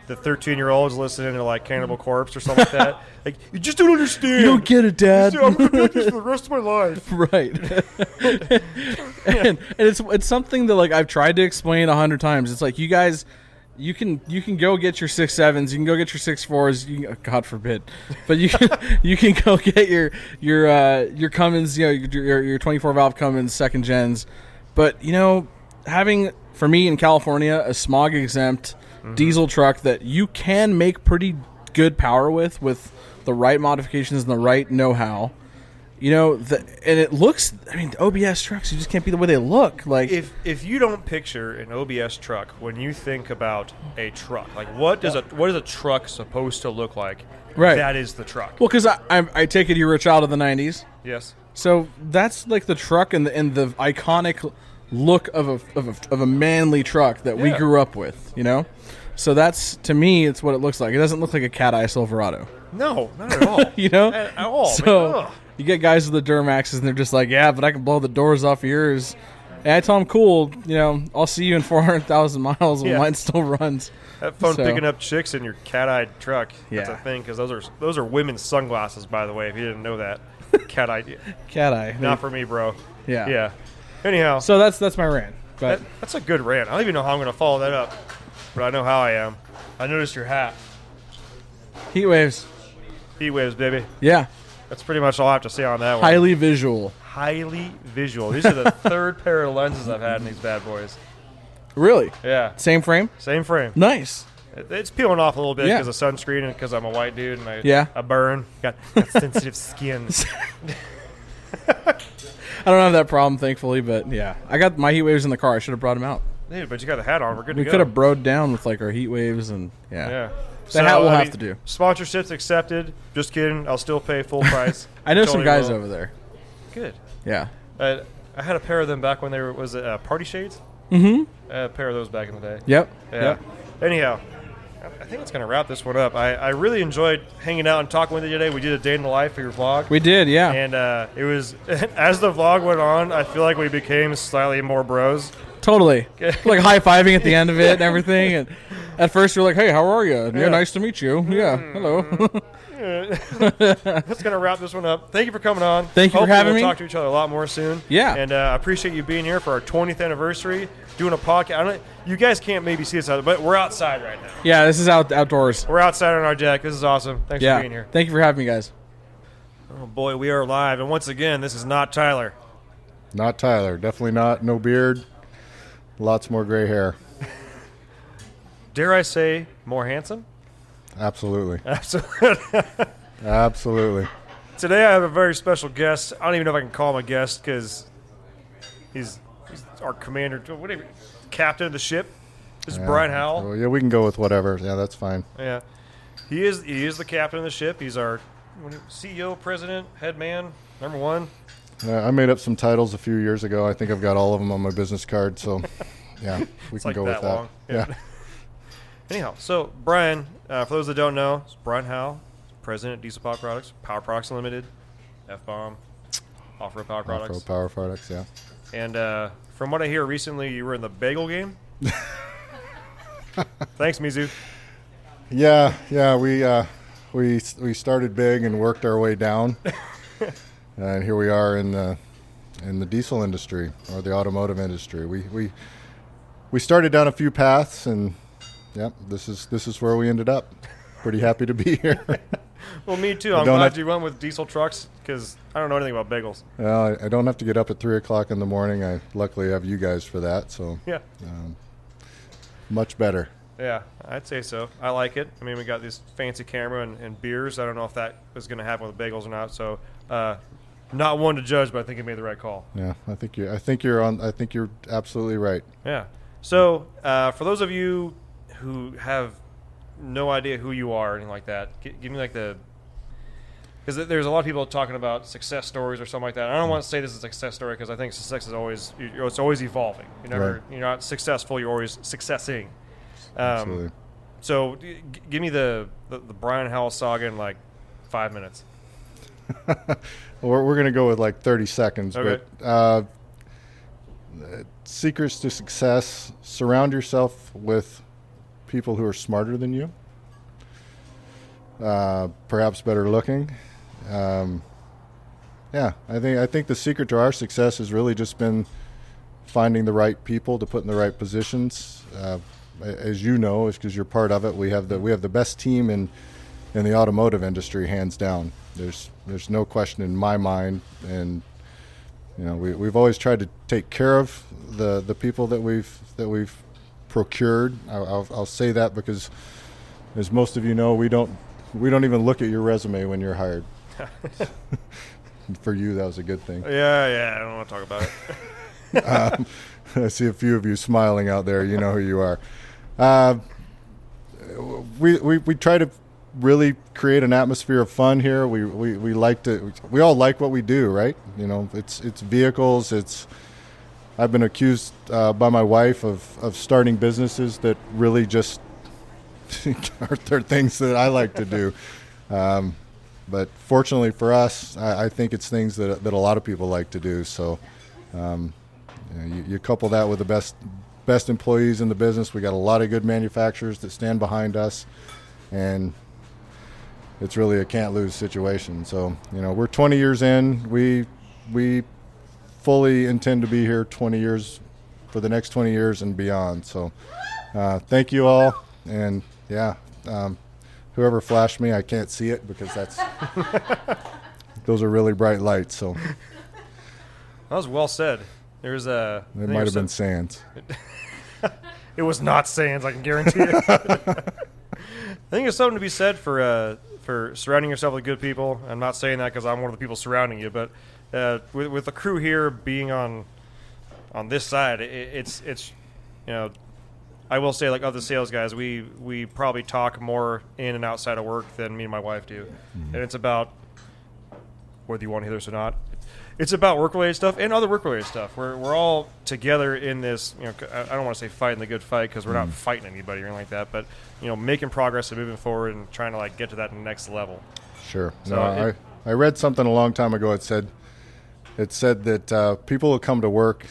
B: the thirteen year olds listening to like Cannibal Corpse or something like that. Like you just don't understand.
G: you don't get it, Dad.
B: I'm gonna do this for the rest of my life.
G: right. and, and it's it's something that like I've tried to explain a hundred times. It's like you guys, you can you can go get your six sevens, you can go get your six fours. You can, God forbid, but you can you can go get your your uh, your Cummins, you know your your- your twenty four valve Cummins second gens. But you know, having for me in California a smog exempt diesel truck that you can make pretty good power with with the right modifications and the right know how. You know, the, and it looks. I mean, OBS trucks. You just can't be the way they look. Like,
B: If if you don't picture an OBS truck when you think about a truck, like what does a what is a truck supposed to look like?
G: Right.
B: That is the truck.
G: well, because I, I, I take it you were a child of the '90s,
B: yes.
G: so that's like the truck and the and the iconic look of a of a, of a manly truck that we
B: Yeah.
G: grew up with. You know, so that's to me, it's what it looks like. It doesn't look like a cat eye Silverado.
B: No, not at all.
G: You know,
B: At- at all,
G: So
B: man. Ugh.
G: you get guys with the Duramaxes, and they're just like, "Yeah, but I can blow the doors off yours." And I tell them, "Cool, you know, I'll see you in four hundred thousand miles when
B: Yeah.
G: mine still runs."
B: Have fun
G: So-
B: picking up chicks in your cat-eyed truck. That's a
G: Yeah.
B: thing because those are those are women's sunglasses, by the way. If you didn't know that, cat-eyed.
G: Cat eye.
B: Not for me, bro.
G: Yeah.
B: Yeah. Anyhow,
G: So that's that's my rant. But
B: that, that's a good rant. I don't even know how I'm going to follow that up, but I know how I am. I noticed your hat.
G: heat waves.
B: Heat waves, baby.
G: Yeah.
B: That's pretty much all I have to say on that one.
G: Highly visual.
B: Highly visual. These are the third pair of lenses I've had in these bad boys.
G: Really?
B: Yeah.
G: Same frame?
B: Same frame.
G: Nice.
B: It- It's peeling off a little bit
G: Yeah.
B: because of sunscreen and because I'm a white dude and I,
G: Yeah.
B: I burn. Got, got sensitive skin.
G: I don't have that problem, thankfully, but yeah. I got my heat waves in the car. I should have brought them out.
B: Dude, but you got the hat on. We're good
G: We
B: to go.
G: could have broed down with like our heat waves and yeah.
B: Yeah.
G: The hat will have to do.
B: Sponsorships accepted. Just kidding. I'll still pay full price.
G: I know
B: Totally
G: some guys
B: will.
G: over there.
B: Good.
G: Yeah.
B: Uh, I had a pair of them back when they were was it uh, party shades. Mm-hmm. a pair of those back in the day.
G: Yep.
B: Yeah.
G: Yep.
B: Anyhow, I- I think that's gonna wrap this one up. I, I really enjoyed hanging out and talking with you today. We did a day in the life for your vlog.
G: We did, yeah.
B: and uh, it was as the vlog went on, I feel like we became slightly more bros.
G: totally. like high fiving at the end of it and everything. And at first you're like, Hey, how are you? And, Yeah,
B: Yeah. Hmm.
G: nice to meet you. Yeah. Hello.
B: That's gonna wrap this one up. Thank you for coming on.
G: Thank you for
B: Hopefully
G: having
B: we'll
G: me.
B: Talk to each other a lot more soon.
G: Yeah.
B: and uh, I appreciate you being here for our 20th anniversary, doing a podcast. I don't, you guys can't maybe see us, out, but we're outside right now.
G: yeah, this is out outdoors.
B: We're outside on our deck. This is awesome. Thanks for
G: Yeah.
B: being here.
G: Thank you for having me guys.
B: Oh boy, we are live, and once again, this is not Tyler.
H: Not Tyler. Definitely not. No beard. Lots more gray hair.
B: Dare I say, more handsome?
H: Absolutely.
B: Absolutely.
H: Absolutely.
B: Today, I have a very special guest. I don't even know if I can call him a guest because he's, he's our commander, whatever, captain of the ship. This is Brian Howell.
H: Oh, yeah, we can go with whatever. Yeah, that's fine.
B: Yeah, he is. He is the captain of the ship. He's our what do you- CEO, president, head man, number one.
H: Uh, I made up some titles a few years ago. I think I've got all of them on my business card. So, yeah, we can
B: like
H: go
B: that
H: with that.
B: long.
H: Yeah.
B: Anyhow, so Brian, uh, for those that don't know, it's Brian Howe, president of Diesel Power Products, Power Products Limited, F Bomb, Off Road Power
H: Pro
B: Products,
H: power products. Yeah.
B: and uh, from what I hear recently, you were in the bagel game. Thanks, Mizu.
H: Yeah. Yeah. We uh, we we started big and worked our way down, and here we are in the in the diesel industry or the automotive industry. We we we started down a few paths, and yeah, this is this is where we ended up. Pretty happy to be here.
B: Well, me too. I'm
H: don't
B: glad
H: have-
B: you went with diesel trucks because I don't know anything about bagels.
H: Well, I, I don't have to get up at three o'clock in the morning. I luckily have you guys for that, so
B: Yeah,
H: much better.
B: yeah, I'd say so. I like it. I mean, we got this fancy camera and, and beers. I don't know if that is going to happen with bagels or not. So, uh, not one to judge, but I think you made the right call.
H: Yeah, I think you. I think you're on. I think you're absolutely right.
B: Yeah. So, uh, for those of you who have no idea who you are or anything like that, gi- give me like the. Because there's a lot of people talking about success stories or something like that. I don't want to say this is a success story because I think success is always you- you're, it's always evolving. You're never
H: Right.
B: you're not successful. You're always successing.
H: Absolutely.
B: Um, so g- g- give me the, the the Brian Howell saga in like five minutes.
H: We're, we're going to go with like 30 seconds.
B: Okay.
H: But uh, secrets to success surround yourself with people who are smarter than you, uh, perhaps better looking. Um, yeah, I think, I think the secret to our success has really just been finding the right people to put in the right positions. Uh, a- as you know, it's because you're part of it. We have the we have the best team in in the automotive industry, hands down. There's there's no question in my mind, and you know we we've always tried to take care of the the people that we've that we've procured. I, I'll, I'll say that because, as most of you know, we don't we don't even look at your resume when you're hired. For you, that was a good thing.
B: Yeah, yeah. I don't want to talk about it.
H: I see a few of you smiling out there. You know who you are. Uh, we, we, we try to really create an atmosphere of fun here. We, we, we like to, we all like what we do, right? You know, it's, it's vehicles. It's, I've been accused uh, by my wife of, of starting businesses that really just are, are things that I like to do. Um, but fortunately for us, I, I think it's things that, that a lot of people like to do. So, you, know, you, you couple that with the best best employees in the business. We got a lot of good manufacturers that stand behind us, and it's really a can't lose situation. So you know, we're 20 years in. We we fully intend to be here 20 years for the next 20 years and beyond. So uh, thank you all, and yeah. Um, Whoever flashed me, I can't see it because that's those are really bright lights. So
B: That was well said. There's a. I
H: it
B: think
H: might have
B: was
H: been
B: some-
H: sands.
B: It was not sands, I can guarantee it. I think there's something to be said for uh, for surrounding yourself with good people. I'm not saying that because I'm one of the people surrounding you, but uh, with, with the crew here being on on this side, it, it's it's you know, I will say like other sales guys, we we probably talk more in and outside of work than me and my wife do, and it's about whether you want to hear this or not. It's about work related stuff and other work related stuff. We're, we're all together in this. You know, c- I I don't want to say fighting the good fight because we're not fighting anybody or anything like that, but you know, making progress and moving forward and trying to like get to that next level.
H: Sure.
B: So
H: no,
B: it-
H: I, I read something a long time ago. It said it said that uh, people will come to work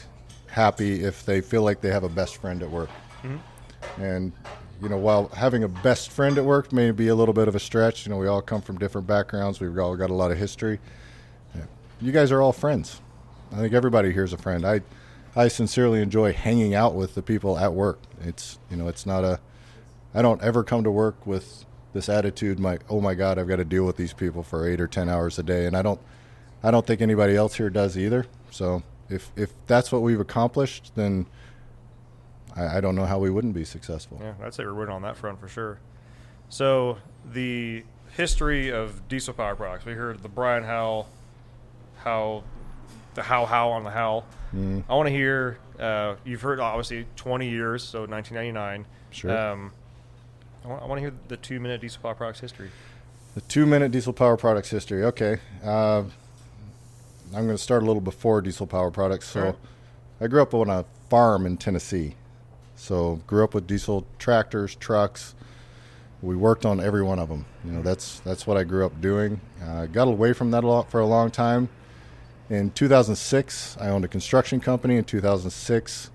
H: happy if they feel like they have a best friend at work.
B: Mm-hmm.
H: And you know, while having a best friend at work may be a little bit of a stretch, you know, we all come from different backgrounds. We've all got a lot of history. Yeah. You guys are all friends. I think everybody here's a friend. I I sincerely enjoy hanging out with the people at work. It's you know, it's not a I don't ever come to work with this attitude, my oh my god, I've got to deal with these people for eight or ten hours a day, and I don't, I don't think anybody else here does either. So if if that's what we've accomplished, then I, I don't know how we wouldn't be successful.
B: Yeah, I'd say we're winning on that front for sure. So the history of diesel power products. We heard the Brian Howell, how, the how how on the how. I want to hear. Uh, you've heard obviously 20 years, so 1999.
H: Sure.
B: Um, I want to hear the two minute diesel power products history.
H: The two-minute diesel power products history. Okay, uh, I'm going to start a little before diesel power products. So,
B: Alright.
H: I grew up on a farm in Tennessee, so grew up with diesel tractors, trucks. We worked on every one of them. You know, that's that's what I grew up doing. Uh, got away from that a lot for a long time. In 2006, I owned a construction company. In 2006,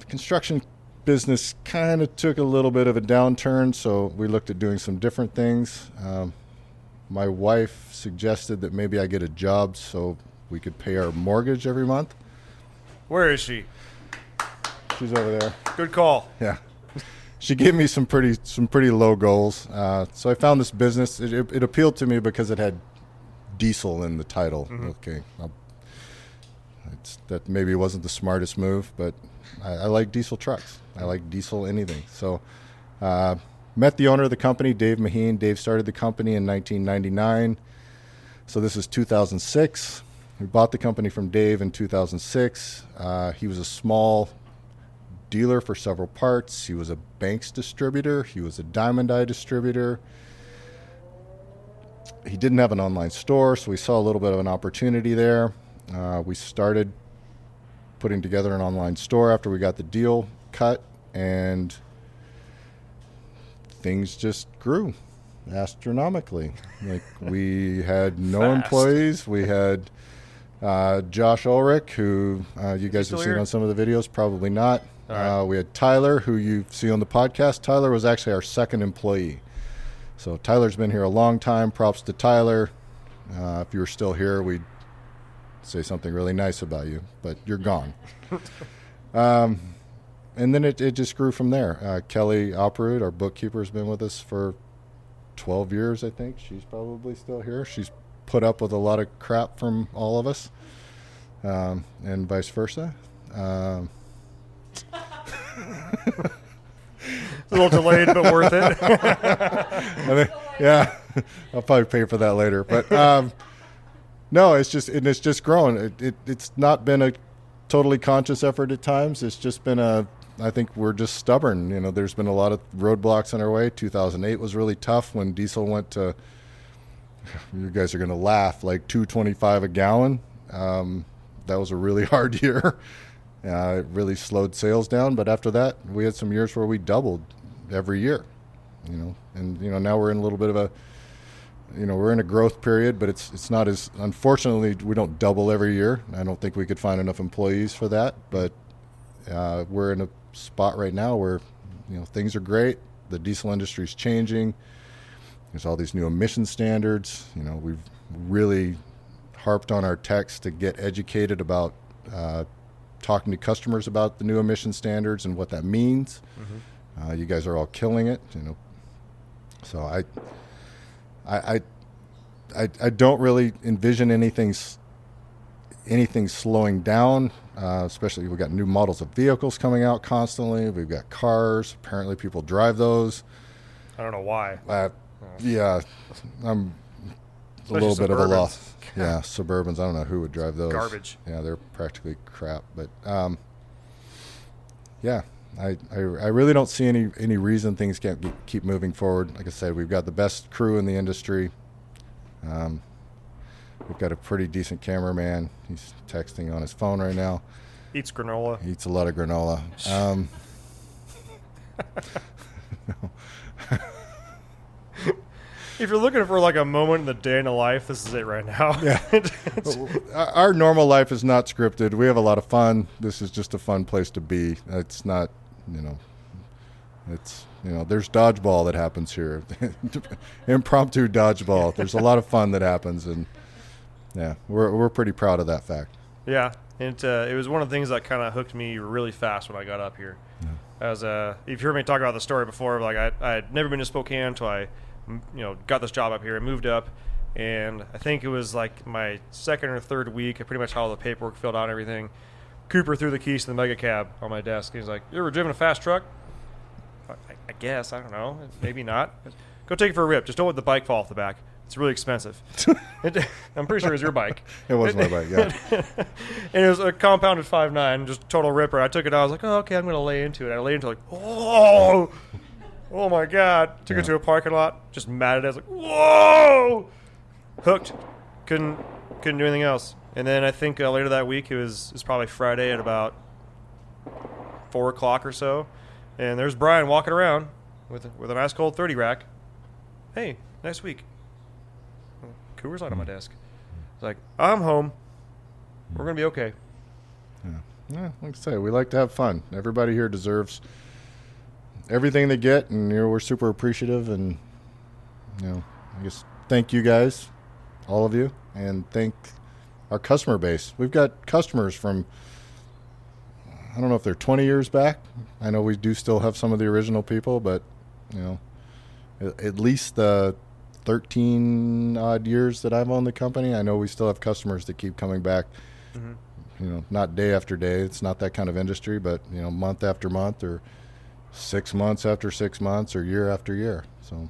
H: the construction business kind of took a little bit of a downturn, so we looked at doing some different things. Um, my wife suggested that maybe I get a job so we could pay our mortgage every month.
B: Where is she?
H: She's over there.
B: Good call.
H: Yeah. she gave me some pretty some pretty low goals. Uh, so I found this business. It, it, it appealed to me because it had diesel in the title. Okay, I'll- it's, that maybe wasn't the smartest move, but I, I like diesel trucks. I like diesel anything. So uh, met the owner of the company, Dave Maheen. Dave started the company in 1999. So this is 2006. We bought the company from Dave in 2006. Uh, he was a small dealer for several parts. He was a Banks distributor. He was a Diamond Eye distributor. He didn't have an online store, so we saw a little bit of an opportunity there. Uh, we started putting together an online store after we got the deal cut, and things just grew astronomically. Like we had no employees. We had uh, Josh Ulrich, who uh, you guys
B: still
H: have seen
B: here?
H: on some of the videos, probably not. Uh, we had Tyler, who you see on the podcast. Tyler was actually our second employee. So Tyler's been here a long time. Props to Tyler. Uh, if you were still here, we'd say something really nice about you, but you're gone. um, and then it, it just grew from there. Uh, Kelly Operud, our bookkeeper, has been with us for 12 years, I think. She's probably still here. She's put up with a lot of crap from all of us, um, and vice versa. Um,
B: A little delayed, but worth it.
H: I think, yeah, I'll probably pay for that later. But um, no, it's just and it's just grown. It, it it's not been a totally conscious effort at times. It's just been a. I think we're just stubborn. You know, there's been a lot of roadblocks on our way. 2008 was really tough when diesel went to. You guys are going to laugh like 225 a gallon. Um, that was a really hard year. Uh, it really slowed sales down. But after that, we had some years where we doubled every year you know and you know now we're in a little bit of a you know we're in a growth period but it's it's not as unfortunately we don't double every year i don't think we could find enough employees for that but uh, we're in a spot right now where you know things are great the diesel industry is changing there's all these new emission standards you know we've really harped on our techs to get educated about uh, talking to customers about the new emission standards and what that means uh, you guys are all killing it, you know. So I, I, I, I, I don't really envision anything, s- anything slowing down. Uh, especially we've got new models of vehicles coming out constantly. We've got cars. Apparently, people drive those.
B: I don't know why.
H: Uh, yeah, I'm a
B: Especially
H: little bit of a
B: Suburbans.
H: loss. Yeah, Suburbans. I don't know who would drive those.
B: Garbage.
H: Yeah, they're practically crap. But um, yeah, I, I I really don't see any any reason things can't ge- keep moving forward. Like I said, we've got the best crew in the industry. Um, we've got a pretty decent cameraman. He's texting on his phone right now.
B: Eats granola.
H: He eats a lot of granola. Um,
B: If you're looking for like a moment in the day in the life, this is it right now. Yeah.
H: our our normal life is not scripted. We have a lot of fun. This is just a fun place to be. It's not, you know, it's you know, there's dodgeball that happens here, impromptu dodgeball. There's a lot of fun that happens, and yeah, we're we're pretty proud of that fact.
B: Yeah, and it, uh, it was one of the things that kind of hooked me really fast when I got up here. As uh, you've heard me talk about the story before, like I, I had never been to Spokane until I, m- you know, got this job up here and moved up, and I think it was like my second or third week. I pretty much had all the paperwork filled out and everything. Cooper threw the keys to the mega cab on my desk. He's like, "You ever driven a fast truck?" I, I guess I don't know. Maybe not. Go take it for a rip. Just don't let the bike fall off the back. It's really expensive. I'm pretty sure it was your bike
H: It was my bike, yeah.
B: and it was a compounded five nine, just total ripper. I took it out. I was like, oh, okay, I'm gonna lay into it. I laid into it, like, oh, oh my god. Took it to a parking lot, just mad at it. I was like, whoa, hooked. Couldn't couldn't do anything else. And then I think uh, later that week, it was it was probably Friday at about four o'clock or so, and there's Brian walking around with a- with an ice cold thirty rack. Hey, next week. Coors Light on my desk. It's like I'm home. We're gonna be okay.
H: Yeah, like I say, we like to have fun. Everybody here deserves everything they get, and you know, we're super appreciative. And you know, I guess thank you guys, all of you, and thank our customer base. We've got customers from I I don't know if they're 20 years back. I know we do still have some of the original people, but you know, a- at least the 13 odd years that I've owned the company, I know we still have customers that keep coming back. You know, not day after day. It's not that kind of industry, but you know, month after month, or six months after six months, or year after year. So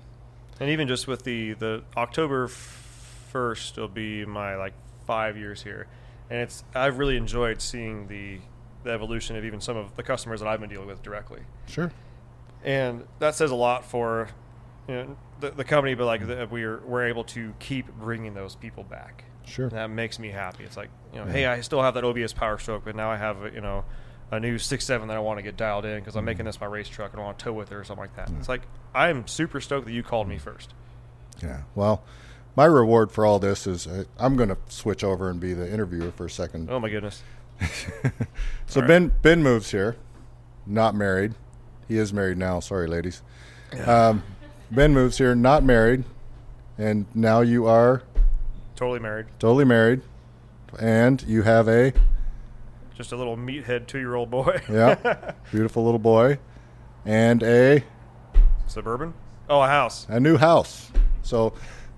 B: And even just with the the October first will be my like five years here, and it's I've really enjoyed seeing the the evolution of even some of the customers that I've been dealing with directly,
H: sure,
B: and that says a lot for you know, the, the company, but like that we're we're able to keep bringing those people back.
H: sure.
B: That makes me happy. It's like you know, hey, I still have that OBS Power Stroke, but now I have you know a new six seven that I want to get dialed in because I'm making this my race truck and I want to tow with it or something like that. It's like I'm super stoked that you called me first.
H: Yeah. Well, my reward for all this is uh, I'm going to switch over and be the interviewer for a second.
B: Oh my goodness.
H: so Ben Ben moves here, not married. He is married now. Sorry, ladies. Um, ben moves here, not married, and now you are
B: Totally married.
H: totally married, and you have a
B: Just a little meathead two year old boy.
H: yeah beautiful little boy, and a
B: Suburban? Oh, a house.
H: a new house. So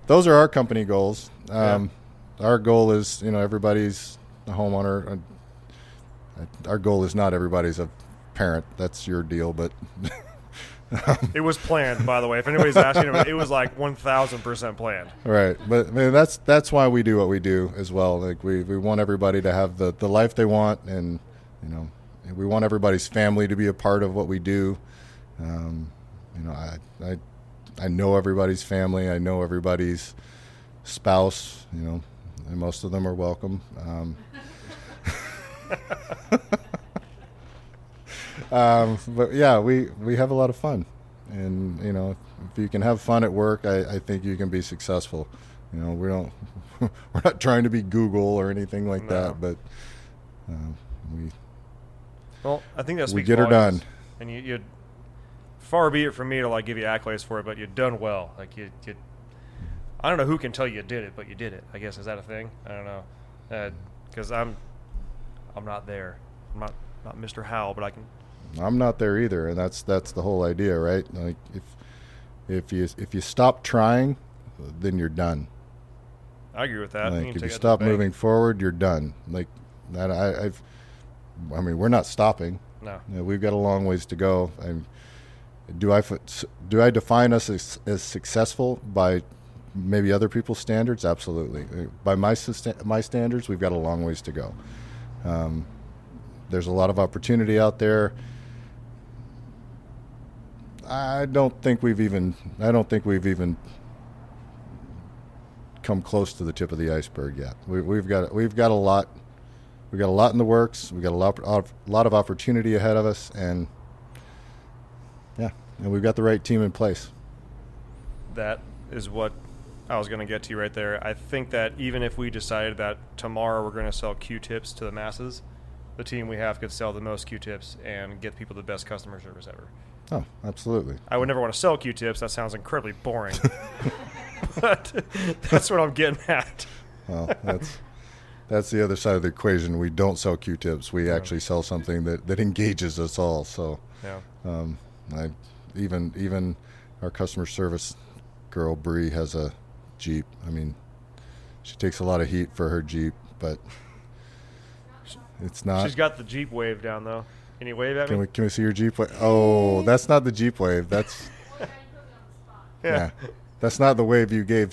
H: those are our company goals. Um, Our goal is, you know, everybody's a homeowner. and Our goal is not everybody's a parent. That's your deal, but
B: It was planned, by the way. If anybody's asking, it was- it was like 1,000% planned.
H: right. But I mean, that's that's why we do what we do as well. Like we, we want everybody to have the, the life they want, and you know, we want everybody's family to be a part of what we do. Um, you know, I, I I know everybody's family. I know everybody's spouse. You know, and most of them are welcome. Um, um, but yeah, we we have a lot of fun, and you know, if you can have fun at work, I, I think you can be successful. You know, we don't we're not trying to be Google or anything like that, but um, we
B: Well, I think that
H: We
B: speaks
H: get her
B: volumes.
H: done.
B: And you, you, far be it from me to like give you accolades for it, but you've done well. Like you, you, I don't know who can tell you did it, but you did it. I guess is that a thing? I don't know, because I'm, I'm not there. I'm not not Mr. Howell, but I can.
H: I'm not there either, and that's that's the whole idea, right? Like if if you if you stop trying, then you're done.
B: I agree with that.
H: Like
B: can
H: if you
B: take that to the
H: stop
B: bank.
H: moving forward, you're done. Like that, I, I've. I mean, we're not stopping.
B: no,
H: You know, we've got a long ways to go. I'm, do I f- do I define us as, as successful by maybe other people's standards? Absolutely. Uh, By my susta- my standards, we've got a long ways to go. Um, there's a lot of opportunity out there. I don't think we've even I don't think we've even come close to the tip of the iceberg yet. We, we've got we've got a lot we got a lot in the works. We got a lot, of- lot of opportunity ahead of us, and yeah, and we've got the right team in place.
B: that is what I was going to get to right there. I think that even if we decided that tomorrow we're going to sell Q-tips to the masses, the team we have could sell the most Q-tips and get people the best customer service ever.
H: Oh, absolutely.
B: I would never want to sell Q-tips. That sounds incredibly boring. but that's what I'm getting at.
H: Well, that's that's the other side of the equation. We don't sell Q-tips. We actually sell something that that engages us all. So,
B: Yeah.
H: um, I even even our customer service girl Bree has a Jeep. I mean, she takes a lot of heat for her Jeep, but it's not.
B: She's got the Jeep wave down though. Can you wave at
H: Uh, Can
B: me?
H: we can we see your Jeep wave? Oh, that's not the Jeep wave. That's yeah. That's not the wave you gave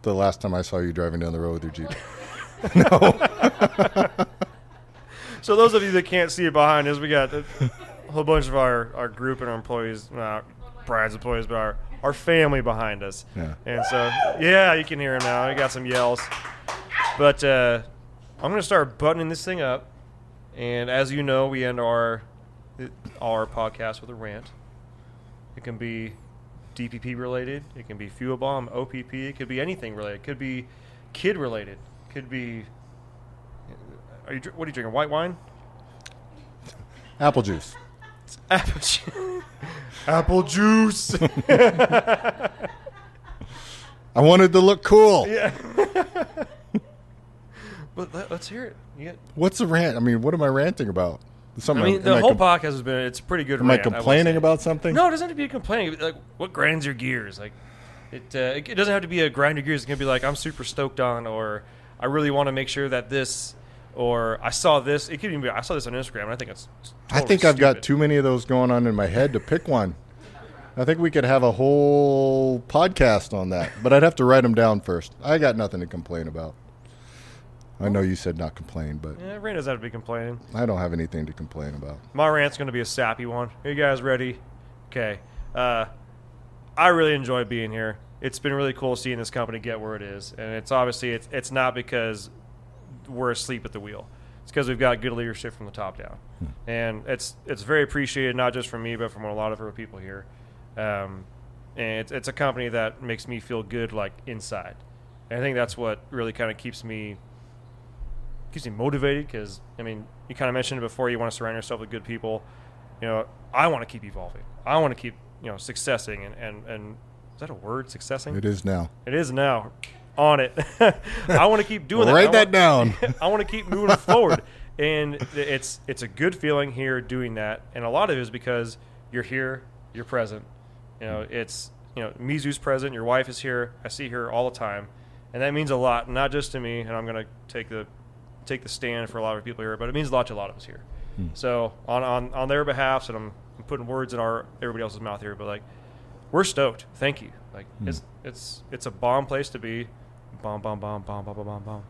H: the last time I saw you driving down the road with your Jeep.
B: So those of you that can't see it behind us, we got a whole bunch of our, our group and our employees, not Brian's employees, but our, our family behind us.
H: Yeah.
B: And so, yeah, you can hear him now. We got some yells. But uh, I'm going to start buttoning this thing up. And as you know, we end our our podcast with a rant. It can be DPP related. It can be fuel bomb, OPP. It could be anything related. It could be kid related. Could be. Are you? dr- What are you drinking? White wine?
H: Apple juice.
B: Apple juice. Apple juice.
H: I wanted to look cool.
B: Let, let, us hear it. You get-
H: What's the rant? I mean, what am I ranting about?
B: I
H: Something.
B: mean,
H: am
B: the
H: I
B: whole
H: com-
B: podcast has been it's a pretty good.
H: Am I
B: rant, will
H: complaining
B: say.
H: about something?
B: No, it doesn't have to be complaining. Like, what grinds your gears? Like, it uh, it it doesn't have to be a grind your gears. It can be like I'm super stoked on, or I really want to make sure that this, or I saw this. It could even be I saw this on Instagram, and I think it's.
H: I
B: totally
H: think I've got
B: stupid.
H: too many of those going on in my head to pick one. I think we could have a whole podcast on that, but I'd have to write them down first. I got nothing to complain about. I know you said not complain, but
B: Yeah, Rand doesn't have to be complaining.
H: I don't have anything to complain about.
B: My rant's going to be a sappy one. Are you guys ready? Okay. Uh, I really enjoy being here. It's been really cool seeing this company get where it is, and it's obviously it's it's not because we're asleep at the wheel. It's because we've got good leadership from the top down, and it's it's very appreciated not just from me but from a lot of other people here. Um, and it's, it's a company that makes me feel good like inside. And I think that's what really kind of keeps me keeps me motivated because I mean you kind of mentioned it before you want to surround yourself with good people you know I want to keep evolving I want to keep you know successing and and, and is that a word successing
H: It is now.
B: it is now on it I want to keep doing that
H: Write
B: I
H: that down.
B: I want to keep moving forward and th- it's it's a good feeling here doing that and a lot of it is because you're here you're present you know it's you know Mizu's present your wife is here I see her all the time and that means a lot not just to me and I'm gonna take the take the stand for a lot of people here, but it means a lot to a lot of us here.
H: Hmm.
B: So on, on on their behalf, and I'm, I'm putting words in our everybody else's mouth here, but like we're stoked. Thank you. Like
H: Hmm.
B: it's it's it's a bomb place to be. Bomb bomb bomb bomb bomb bomb bomb. bomb.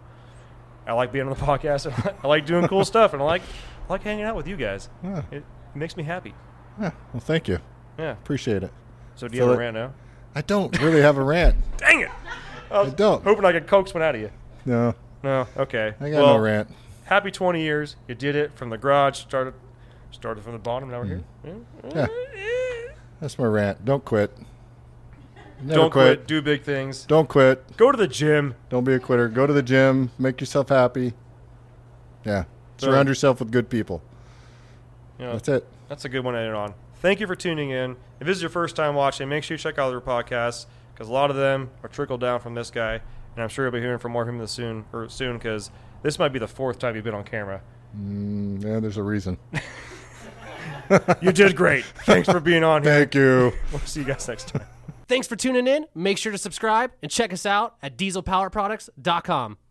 B: I like being on the podcast. And I like doing cool stuff, and I like I like hanging out with you guys.
H: Yeah.
B: It makes me happy.
H: Yeah, well, thank you.
B: Yeah.
H: Appreciate it.
B: So do you
H: So
B: have a
H: that-
B: rant now?
H: I don't really have a rant.
B: Dang it! I was
H: don't.
B: hoping I could coax one out of you.
H: No,
B: No. Okay.
H: I got
B: Well,
H: no rant.
B: happy 20 years. You did it from the garage. Started started from the bottom.
H: Hmm.
B: Now we're here.
H: Yeah. That's my rant. Don't quit. Never
B: Don't quit. Do big things.
H: Don't quit.
B: Go to the gym.
H: Don't be a quitter. Go to the gym. Make yourself happy. Yeah. Surround yourself with good people.
B: You know,
H: That's it.
B: That's a good one to end it on. Thank you for tuning in. If this is your first time watching, make sure you check out other podcasts because a lot of them are trickled down from this guy, and I'm sure you'll be hearing from more of him this soon or soon because this might be the fourth time you've been on camera.
H: Yeah, there's a reason.
B: You did great. Thanks for being on here.
H: Thank you.
B: We'll see you guys next time.
C: Thanks for tuning in. Make sure to subscribe and check us out at dieselpowerproducts.com.